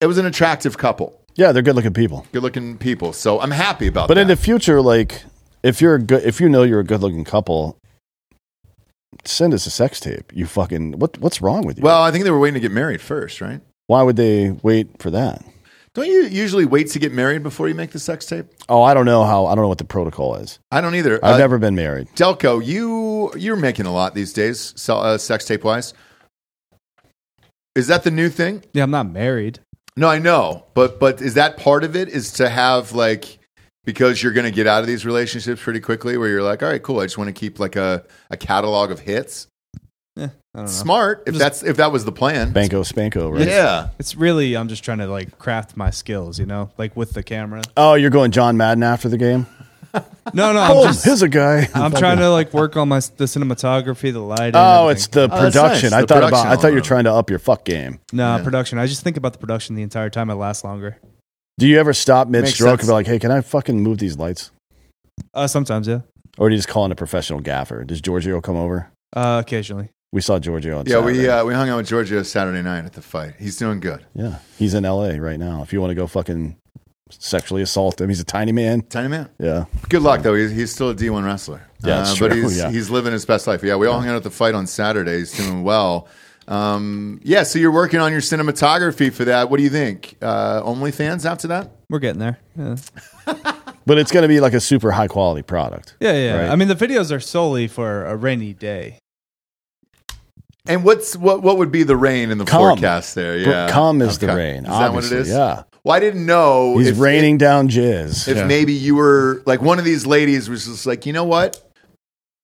It was an attractive couple,
Yeah, they're good looking people.
good looking people. So I'm happy about
But
that.
in the future, like if you're a good, if you know you're a good looking couple, send us a sex tape. You fucking what? What's wrong with you?
well, I think they were waiting to get married first, right?
why would they wait for that?
Don't you usually wait to get married before you make the sex tape?
Oh, I don't know how. I don't know what the protocol is.
I don't either.
I've
Uh,
never been married.
Delco, you you're making a lot these days, so, uh, sex tape wise. Is that the new thing?
Yeah, I'm not married.
No, I know, but but is that part of it? Is to have like because you're going to get out of these relationships pretty quickly, where you're like, all right, cool, I just want to keep like a, a catalog of hits.
I don't know.
Smart, if
Just-
that's if that was the plan.
Banco Spanko, right?
Yeah,
It's really I'm just trying to like craft my skills, you know, like with the camera.
Oh, you're going John Madden after the game?
No, no,
Oh,
I'm just
here's a guy.
I'm trying to like work on my s- the cinematography, the lighting.
Oh,
everything.
it's the
Oh, that's
production.
nice.
I
The
thought
production
about. I thought you were
element.
trying to up your fuck game.
no production. I just think about the production the entire time. It lasts longer.
Do you ever stop mid
sense.
stroke and be like, "Hey, can I fucking move these lights?"
Uh, sometimes, yeah.
Or do you just call in a professional gaffer? Does Giorgio come over?
Uh, occasionally.
We saw Giorgio. On
yeah. We
Saturday.
uh, we hung out with Giorgio Saturday night at the fight. He's doing good.
yeah. He's in L.A. right now. If you want to go fucking sexually assault him, he's a tiny man.
Tiny man.
Yeah.
Good luck though. He's, he's still a D one wrestler.
Um,
Uh,
Yeah, that's
But
true.
he's
Yeah.
he's living his best life. Yeah, we all hung out at the fight on Saturday. He's doing well. Um, yeah, so you're working on your cinematography for that. What do you think? Uh, OnlyFans after that?
We're getting there. Yeah,
But it's going to be like a super high quality product.
yeah. yeah.
Right.
I mean, the videos are solely for a rainy day.
And what's what? What would be the rain in the
Calm.
forecast there?
Br-
Yeah,
calm is the
Okay.
rain.
Is that what it
obviously.
is?
Yeah.
Well, I didn't know.
He's
if-
raining down
If
jizz.
maybe you were like one of these ladies was just like, you know what?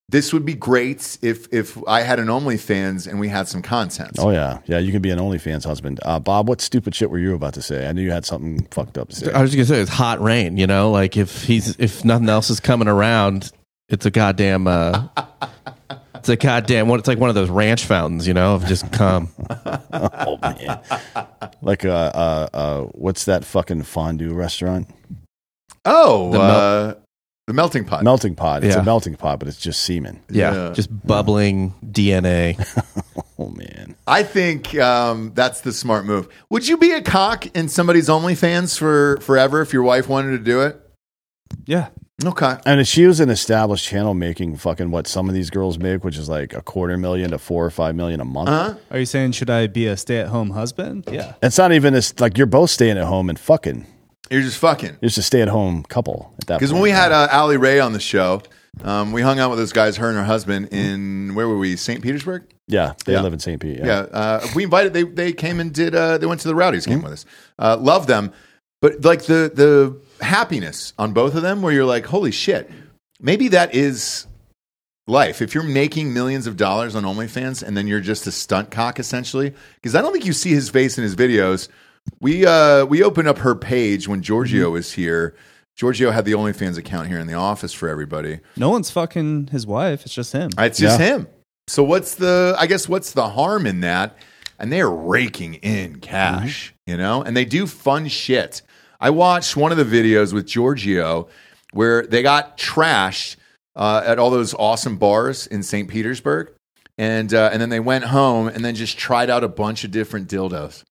This would be great if if I had an OnlyFans and we had some content.
Oh yeah, yeah. You can be an OnlyFans husband, uh, Bob. What stupid shit were you about to say? I knew you had something fucked up to say.
I was just gonna say it's hot rain. You know, like if he's if nothing else is coming around, it's a goddamn. Uh, it's a goddamn one. It's like one of those ranch fountains. You know, of just come.
Oh man, like uh, uh, uh, what's that fucking fondue restaurant?
Oh,
The mel-
uh, the melting pot.
Melting pot. It's
Yeah.
a melting pot, but it's just semen.
Yeah,
Yeah.
just bubbling DNA.
Oh man,
I think um, that's the smart move. Would you be a cock in somebody's OnlyFans for forever if your wife wanted to do it?
Yeah.
Okay.
and if she was an established channel making fucking what some of these girls make, which is like a quarter million to four or five million a month.
Huh?
Are you saying should I be a stay-at-home husband? Yeah.
It's not even as like you're both staying at home and fucking.
You're just fucking.
You're just a stay at home couple at that.
Because when
point.
we had uh, Ali Ray on the show, um, we hung out with those guys, her and her husband, in where were we? St. Petersburg.
yeah, they
Yeah.
live in St. Pete. Yeah.
Yeah, uh, we invited. They they came and did. Uh, they went to the Rowdies game with us. Uh, love them, but like the the happiness on both of them, where you're like, holy shit, maybe that is life. If you're making millions of dollars on OnlyFans and then you're just a stunt cock essentially, because I don't think you see his face in his videos. We uh, we opened up her page when Giorgio was here. Giorgio had the OnlyFans account here in the office for everybody.
No one's fucking his wife. It's just him.
It's just
Yeah.
him. So what's the? I guess what's the harm in that? And they're raking in cash, you know, and they do fun shit. I watched one of the videos with Giorgio where they got trashed uh, at all those awesome bars in St. Petersburg, and uh, and then they went home and then just tried out a bunch of different dildos.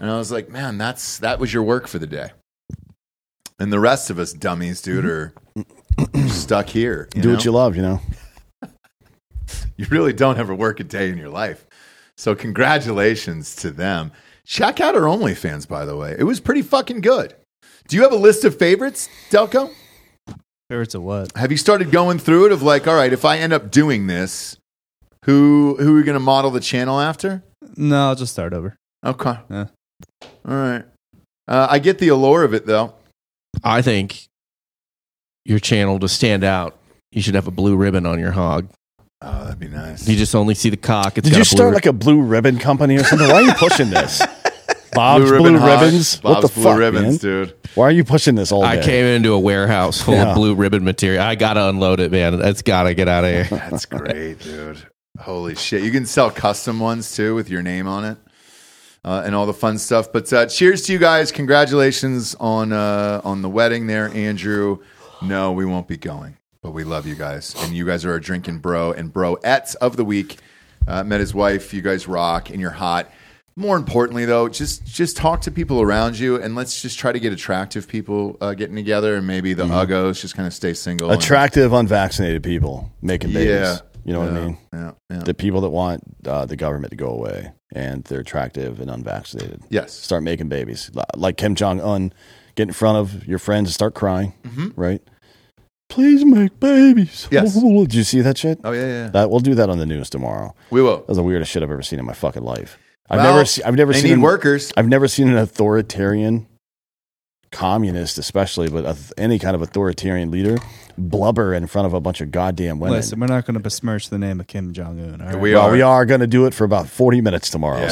And I was like, man, that's that was your work for the day. And the rest of us dummies, dude, are stuck here.
Mm-hmm. Do what you love, you know.
You really don't ever work a day in your life. So congratulations to them. Check out our OnlyFans, by the way. It was pretty fucking good. Do you have a list of favorites, Delco?
Favorites of what?
Have you started going through it of like, all right, if I end up doing this, who who are we going to model the channel after?
No, I'll just start over.
Okay.
Yeah.
All right. Uh, I get the allure of it though.
I think your channel to stand out, you should have a blue ribbon on your hog.
Oh, that'd be nice.
You just only see the cock. It's
Did
got
you
a blue
start
rib-
like a blue ribbon company or something? Why are you pushing this? Bob's blue,
Hog,
ribbons.
Bob's
what the
blue
fuck,
ribbons,
man?
dude.
Why are you pushing this all day?
I came into a warehouse full
Yeah.
of blue ribbon material. I gotta unload it, man. That's gotta get out of here.
That's great, dude. Holy shit. You can sell custom ones too with your name on it uh, and all the fun stuff. But uh, cheers to you guys. Congratulations on, uh, on the wedding there, Andrew. No, we won't be going, but we love you guys. And you guys are our drinking bro and broettes of the week. Uh, met his wife. You guys rock and you're hot. More importantly, though, just just talk to people around you, and let's just try to get attractive people uh, getting together, and maybe the uggos just kind of stay single. and-
Attractive, unvaccinated people making babies.
Yeah.
You know what
Yeah.
I mean?
Yeah, yeah.
The people that want uh, the government to go away and they're attractive and unvaccinated.
Yes.
Start making babies. Li- Like Kim Jong Un, get in front of your friends and start crying, right? Please make babies.
Mm-hmm. Yes.
Did you see that shit?
Oh yeah, yeah.
That we'll do that on the news tomorrow.
We will.
That was the weirdest shit I've ever seen in my fucking life. I've
Well,
never, se- I've never
they
seen
need
an-
workers.
I've never seen an authoritarian communist, especially, but a, any kind of authoritarian leader blubber in front of a bunch of goddamn women.
Listen, we're not going to besmirch the name of Kim Jong Un. All right?
We
well,
are.
we are going to do it for about forty minutes tomorrow.
Yeah.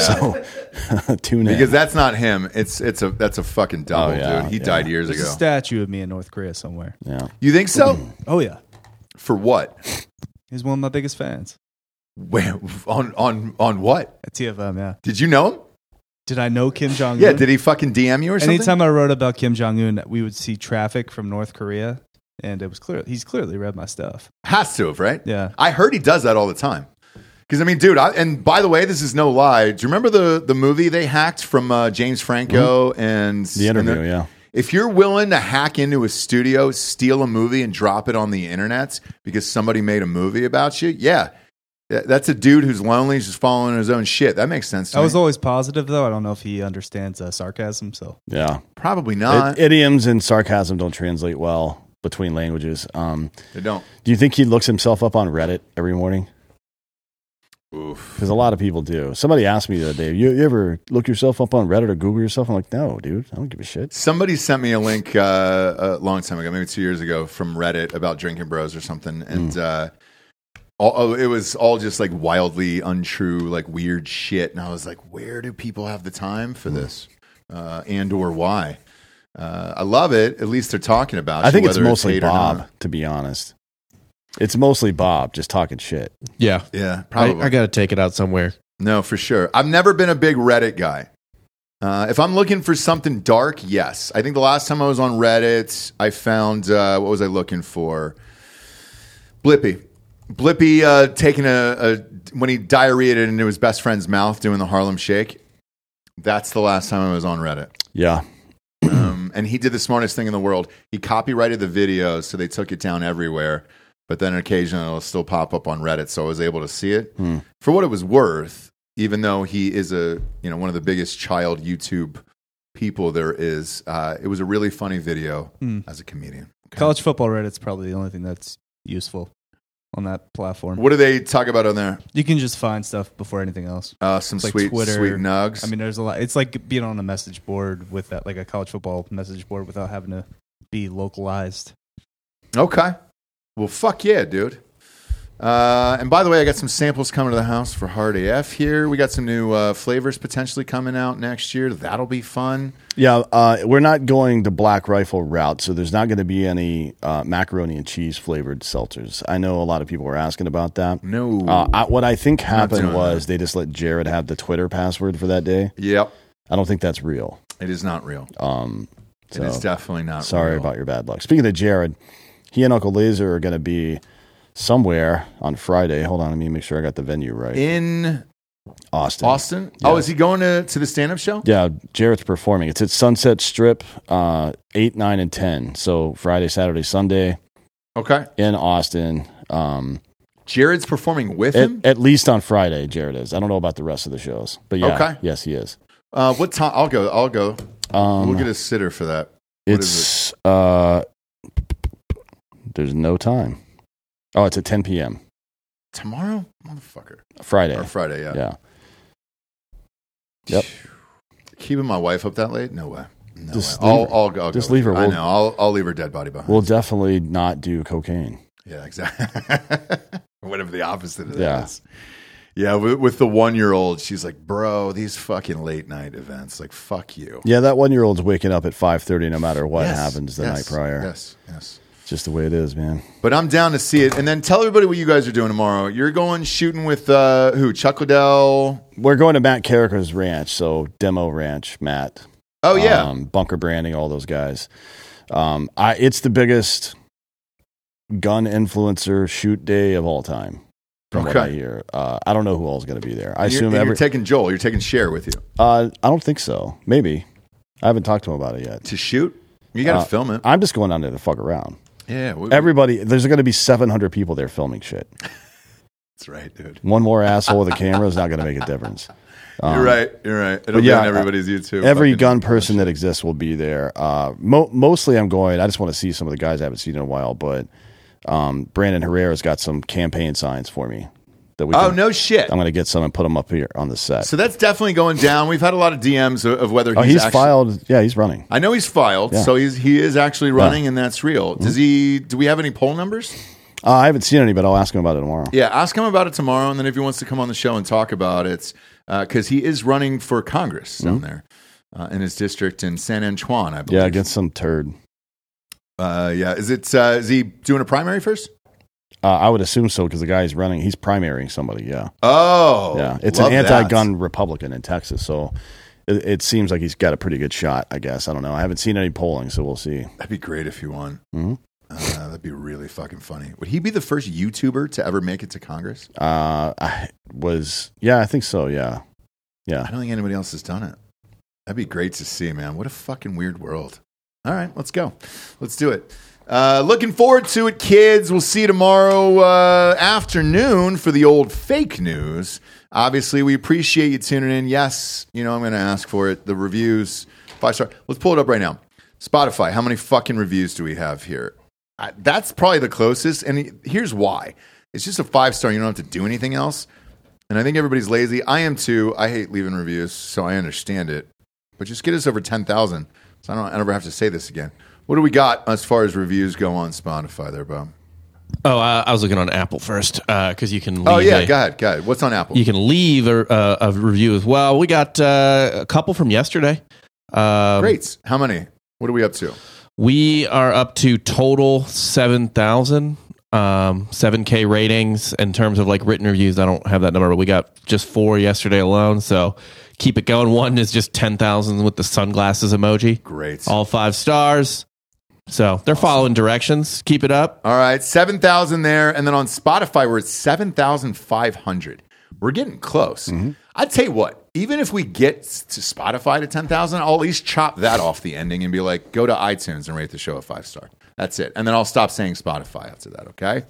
So tune in
Because that's not him. It's it's a that's a fucking double,
Oh, yeah,
dude. He
yeah.
died years
There's a
ago.
statue of me in North Korea somewhere.
yeah.
you think
Mm-hmm.
so?
Oh yeah,
For what?
he's one of my biggest fans.
Where, on on on what?
At TFM, yeah.
Did you know him?
Did I know Kim Jong Un?
Mm-hmm.
Yeah. Did he fucking DM you or something?
Anytime I wrote about Kim Jong Un, we would see traffic from North Korea, and it was clear he's clearly read my stuff.
Has to have, right?
Yeah.
I heard he does that all the time. Because I mean, dude. I, and by the way, this is no lie. Do you remember the the movie they hacked from uh, James Franco and
Mm-hmm. The
and
interview, yeah.
If you're willing to hack into a studio, steal a movie, and drop it on the internet because somebody made a movie about you, yeah, Th- that's a dude who's lonely, he's just following his own shit. That makes sense. To
I was
me.
always positive though. I don't know if he understands uh, sarcasm. So
Yeah.
probably not.
It- idioms and sarcasm don't translate well between languages. Um,
they don't.
do you think he looks himself up on Reddit every morning?
Oof.
Because a lot of people do. Somebody asked me the other day, you, you ever look yourself up on Reddit or Google yourself? I'm like, no, dude, I don't give a shit.
Somebody sent me a link uh, a long time ago, maybe two years ago, from Reddit about drinking bros or something, and
Hmm.
uh, all, oh, it was all just like wildly untrue, like weird shit. And I was like, where do people have the time for
Hmm.
this, uh, and or why? Uh, I love it. At least they're talking about.
I
you,
think it's
whether
mostly
hate or
Bob,
not.
to be honest. It's mostly Bob just talking shit.
Yeah.
Yeah,
I,
probably.
I gotta take it out somewhere.
No, for sure. I've never been a big Reddit guy. Uh, if I'm looking for something dark, yes. I think the last time I was on Reddit, I found uh, what was I looking for? Blippy. Blippy uh, taking a, a when he diarrheaed into his best friend's mouth doing the Harlem Shake. That's the last time I was on Reddit.
Yeah.
Um, and he did the smartest thing in the world. He copyrighted the video, so they took it down everywhere. But then occasionally it'll still pop up on Reddit, so I was able to see it
Hmm.
for what it was worth. Even though he is a you know one of the biggest child YouTube people there is, uh, it was a really funny video
Hmm.
as a comedian. Okay.
college football Reddit's probably the only thing that's useful on that platform.
What do they talk about on there?
You can just find stuff before anything else.
Uh, some
It's like
sweet
Twitter.
sweet nugs.
I mean, there's a lot. It's like being on a message board with that, like a college football message board, without having to be localized.
Okay. Well, fuck yeah, dude. Uh, and by the way, I got some samples coming to the house for Hard AF here. We got some new uh, flavors potentially coming out next year. That'll be fun.
Yeah. Uh, we're not going the black rifle route, so there's not going to be any uh, macaroni and cheese flavored seltzers. I know a lot of people were asking about that.
No.
Uh, I, what I think happened
doing
was they just let Jared have the Twitter password for that day.
Yep.
I don't think that's real.
It is not real.
Um,
It is definitely not
Sorry
real.
about your bad luck. Speaking of Jared, he and Uncle Laser are going to be somewhere on Friday. Hold on, let me make sure I got the venue right.
in
Austin.
Austin. Oh, is he going to, to the stand up show?
Yeah, Jarrett's performing. It's at Sunset Strip, uh, eight, nine, and ten. So Friday, Saturday, Sunday
Okay.
in Austin. Um,
Jared's performing with
at,
him.
at least on Friday, Jared is. I don't know about the rest of the shows, but yeah,
Okay.
yes, he is.
Uh, what time? I'll go. I'll go.
Um,
we'll get a sitter for that. What is
it's uh, there's no time. Oh, it's at ten p.m.
it? Tomorrow, motherfucker,
Friday.
or Oh, Friday. Yeah.
Yeah, Yep.
Keeping my wife up that late? No way. No
Just
way.
leave
I'll,
her.
I'll, go- I'll
Just
go with
leave her.
you. I
We'll-
know. I'll, I'll leave her dead body behind.
we'll definitely not do cocaine.
yeah, exactly. Whatever the opposite of that
Yeah.
is. Yeah, with, with the one year old, she's like, bro, these fucking late night events, like, fuck you.
Yeah, that one-year-old's waking up at five thirty, no matter what
Yes,
happens the
yes,
night prior.
Yes, yes.
Just the way it is, man.
But I'm down to see it. And then tell everybody what you guys are doing tomorrow. You're going shooting with uh, who? Chuck Liddell.
We're going to Matt Carrick's ranch, so demo ranch, Matt.
Oh, yeah.
um, bunker branding, all those guys. Um, I it's the biggest gun influencer shoot day of all time, from what
Okay.
I hear. Uh, I don't know who all is going to be there. I
And you're,
assume
and
every.
you're taking Joel. You're taking Cher with you
uh, I don't think so. Maybe I haven't talked to him about it yet.
to shoot. You got to
Uh,
film it.
I'm just going down there to fuck around.
yeah, we-
Everybody, there's going to be 700 people there filming shit.
that's right, dude.
One more asshole with a camera is not going to make a difference.
You're right. You're right. It'll be
Um, yeah, uh,
on everybody's YouTube.
Every
fucking-
gun person that exists will be there. Uh, mo- mostly, I'm going. I just want to see some of the guys I haven't seen in a while. But um, Brandon Herrera's got some campaign signs for me that we.
Oh
can-
no shit.
I'm going to get some and put them up here on the set.
So that's definitely going down. We've had a lot of DMs of, of whether he's,
oh, he's
actually-
filed. Yeah, he's running.
I know he's filed,
Yeah. Mm-hmm.
so he's he is actually running, and that's real. Does he? Do we have any poll numbers?
Uh, I haven't seen any, but I'll ask him about it tomorrow.
Yeah, ask him about it tomorrow, and then if he wants to come on the show and talk about it, because he is running for Congress down there uh, in his district in San Antoine, I believe.
Mm-hmm. Yeah, against some turd.
Uh, yeah. Is it? Uh, is he doing a primary first?
Uh, I would assume so because the guy he's running, he's primarying somebody. Yeah,
Oh,
yeah. It's
love
an
that.
anti-gun Republican in Texas, so it, it seems like he's got a pretty good shot. I guess I don't know. I haven't seen any polling, so we'll see.
That'd be great if he won.
Mhm.
Uh, that'd be really fucking funny. Would he be the first YouTuber to ever make it to Congress?
Uh, I was yeah, I think so. Yeah,
I
yeah.
don't think anybody else has done it. That'd be great to see, man. What a fucking weird world. All right, let's go. Let's do it. Uh, looking forward to it, kids. We'll see you tomorrow uh, afternoon for the old fake news. Obviously, we appreciate you tuning in. Yes, you know, I'm going to ask for it. The reviews, five star. Let's pull it up right now. Spotify, how many fucking reviews do we have here? I, that's probably the closest. And he- here's why it's just a five star. You don't have to do anything else. And I think everybody's lazy. I am too. I hate leaving reviews, so I understand it. But just get us over 10,000 so I don't I never have to say this again. What do we got as far as reviews go on Spotify there, Bob?
Oh, I, I was looking on Apple first because you can. Leave
Oh, yeah,
a-
go ahead, go ahead. What's on Apple?
You can leave a, a, a review as well. We got uh, a couple from yesterday. Um,
Great. How many? What are we up to?
We are up to total 7,000, um, 7K ratings in terms of like written reviews. I don't have that number, but we got just four yesterday alone. So keep it going. One is just 10,000 with the sunglasses emoji,
Great.
all five stars. So they're following directions. Keep it up.
All right, 7,000 there. And then on Spotify, we're at 7,500. We're getting close.
Mm-hmm.
i tell you what, even if we get to Spotify to 10,000, I'll at least chop that off the ending and be like, go to iTunes and rate the show a five star. That's it. And then I'll stop saying Spotify after that, okay?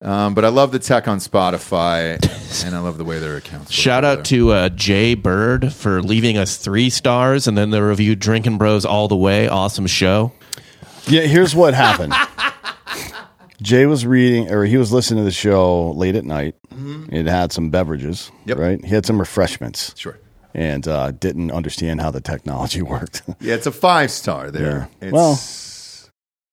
Um, but I love the tech on Spotify and I love the way their accounts work
Shout out
together.
to uh, Jay Bird for leaving us three stars and then the review Drinking Bros All the Way. Awesome show.
Yeah, here's what happened. Jay was reading, or he was listening to the show late at night. It had some beverages,
Mm-hmm. Yep.
right? He had some refreshments,
Sure.
and uh, didn't understand how the technology worked.
Yeah, it's a five star there.
Yeah.
It's,
Well,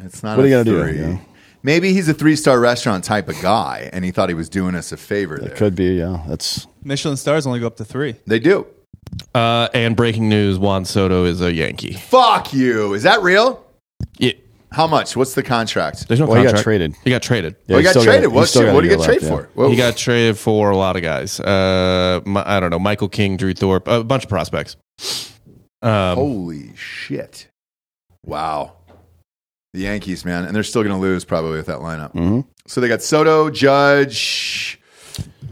it's not a
what do you gotta do,
three.
you know?
Maybe he's a three star restaurant type of guy, and he thought he was doing us a favor. There.
it could be, yeah. That's
Michelin stars only go up to three.
They do.
Uh, and breaking news Juan Soto is a Yankee.
Fuck you. Is that real?
Yeah.
How much? What's the contract?
There's no
Well, he got
contract.
traded.
He got traded.
Yeah,
oh, he
he's
got
still
traded.
got a-
what
he's still
shit?
got a
What did he
year
get traded
left,
for?
yeah.
Whoa.
He got traded for a lot of guys. Uh, my, I don't know. Michael King, Drew Thorpe, a bunch of prospects. Um,
Holy shit. Wow. The Yankees, man, and they're still going to lose probably with that lineup.
Mm-hmm.
So they got Soto, Judge.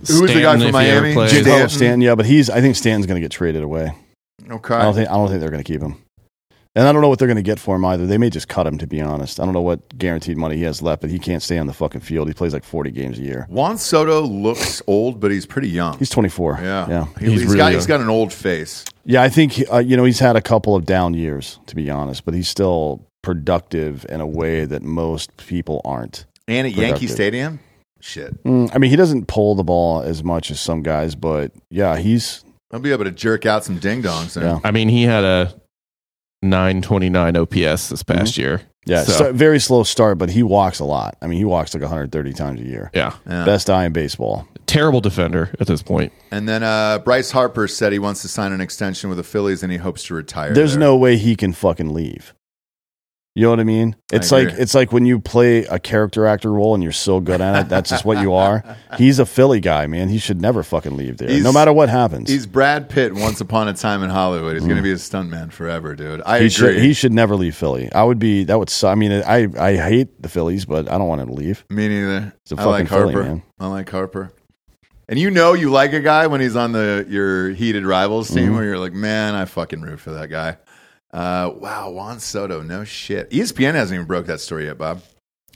Who was the guy
Stanton,
from
if he ever
Miami?
played.
Stanton.
Oh, Stan, yeah, but he's. I think Stan's going to get traded away.
Okay.
I don't think. I don't think they're going to keep him. And I don't know what they're going to get for him either. They may just cut him. To be honest, I don't know what guaranteed money he has left, but he can't stay on the fucking field. He plays like forty games a year.
Juan Soto looks old, but he's pretty young.
He's twenty four.
yeah,
yeah,
He,
He's
he's
really
got
young.
he's got an old face.
yeah. I think uh, you know he's had a couple of down years, to be honest, but he's still productive in a way that most people aren't.
And at Yankee
Productive.
Stadium, shit,
Mm, I mean, he doesn't pull the ball as much as some guys, but yeah, he's
I'll be able to jerk out some ding dongs there.
Yeah.
I mean, he had a 929 OPS this past
Mm-hmm.
year.
yeah,
So-
so- very slow start, but he walks a lot. I mean, he walks like 130 times a year.
Yeah.
Yeah.
Best eye in baseball.
Terrible defender at this point.
And then uh, Bryce Harper said he wants to sign an extension with the Phillies and he hopes to retire.
There's
there.
no way he can fucking leave. You know what I mean? It's like
agree.
it's like when you play a character actor role and you're so good at it, that's just what you are. He's a Philly guy, man. He should never fucking leave there,
He's-
no matter what happens.
He's Brad Pitt once upon a time in Hollywood. He's going to be a stuntman forever, dude. I
he
agree.
should he should never leave Philly. I would be that would. su- I mean, I I hate the Phillies, but I don't want him to leave.
Me neither.
He's a
I like
fucking Philly,
Harper.
man.
I like Harper. And you know you like a guy when he's on the your heated rivals
Mm-hmm.
team where you're like, man, I fucking root for that guy. Uh, wow, Juan Soto, no shit. E ESPN hasn't even broke that story yet, Bob.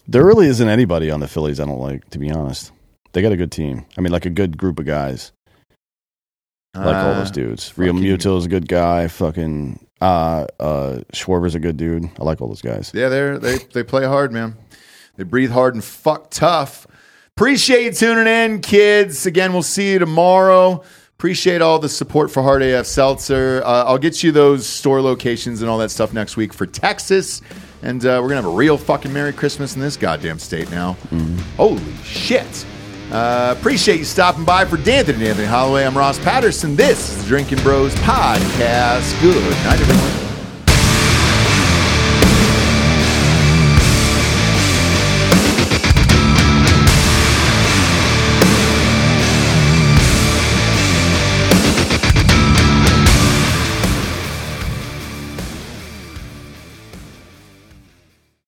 There really isn't anybody on the Phillies I don't like, to be honest. They got a good team. I mean, like a good group of guys. I like all
Uh,
those dudes. Real
fucking-
Muto's a good guy. Fucking uh, uh, Schwarber's a good dude. I like all those guys.
Yeah, they're, they they play hard, man. They breathe hard and fuck tough. Appreciate you tuning in, kids. Again, we'll see you tomorrow. Appreciate all the support for Hard AF Seltzer. Uh, I'll get you those store locations and all that stuff next week for Texas. And uh, we're going to have a real fucking Merry Christmas in this goddamn state now. Holy shit. Uh, appreciate you stopping by for D'Anthony and Anthony Holloway. I'm Ross Patterson. This is the Drinking Bros Podcast. Good night, everyone.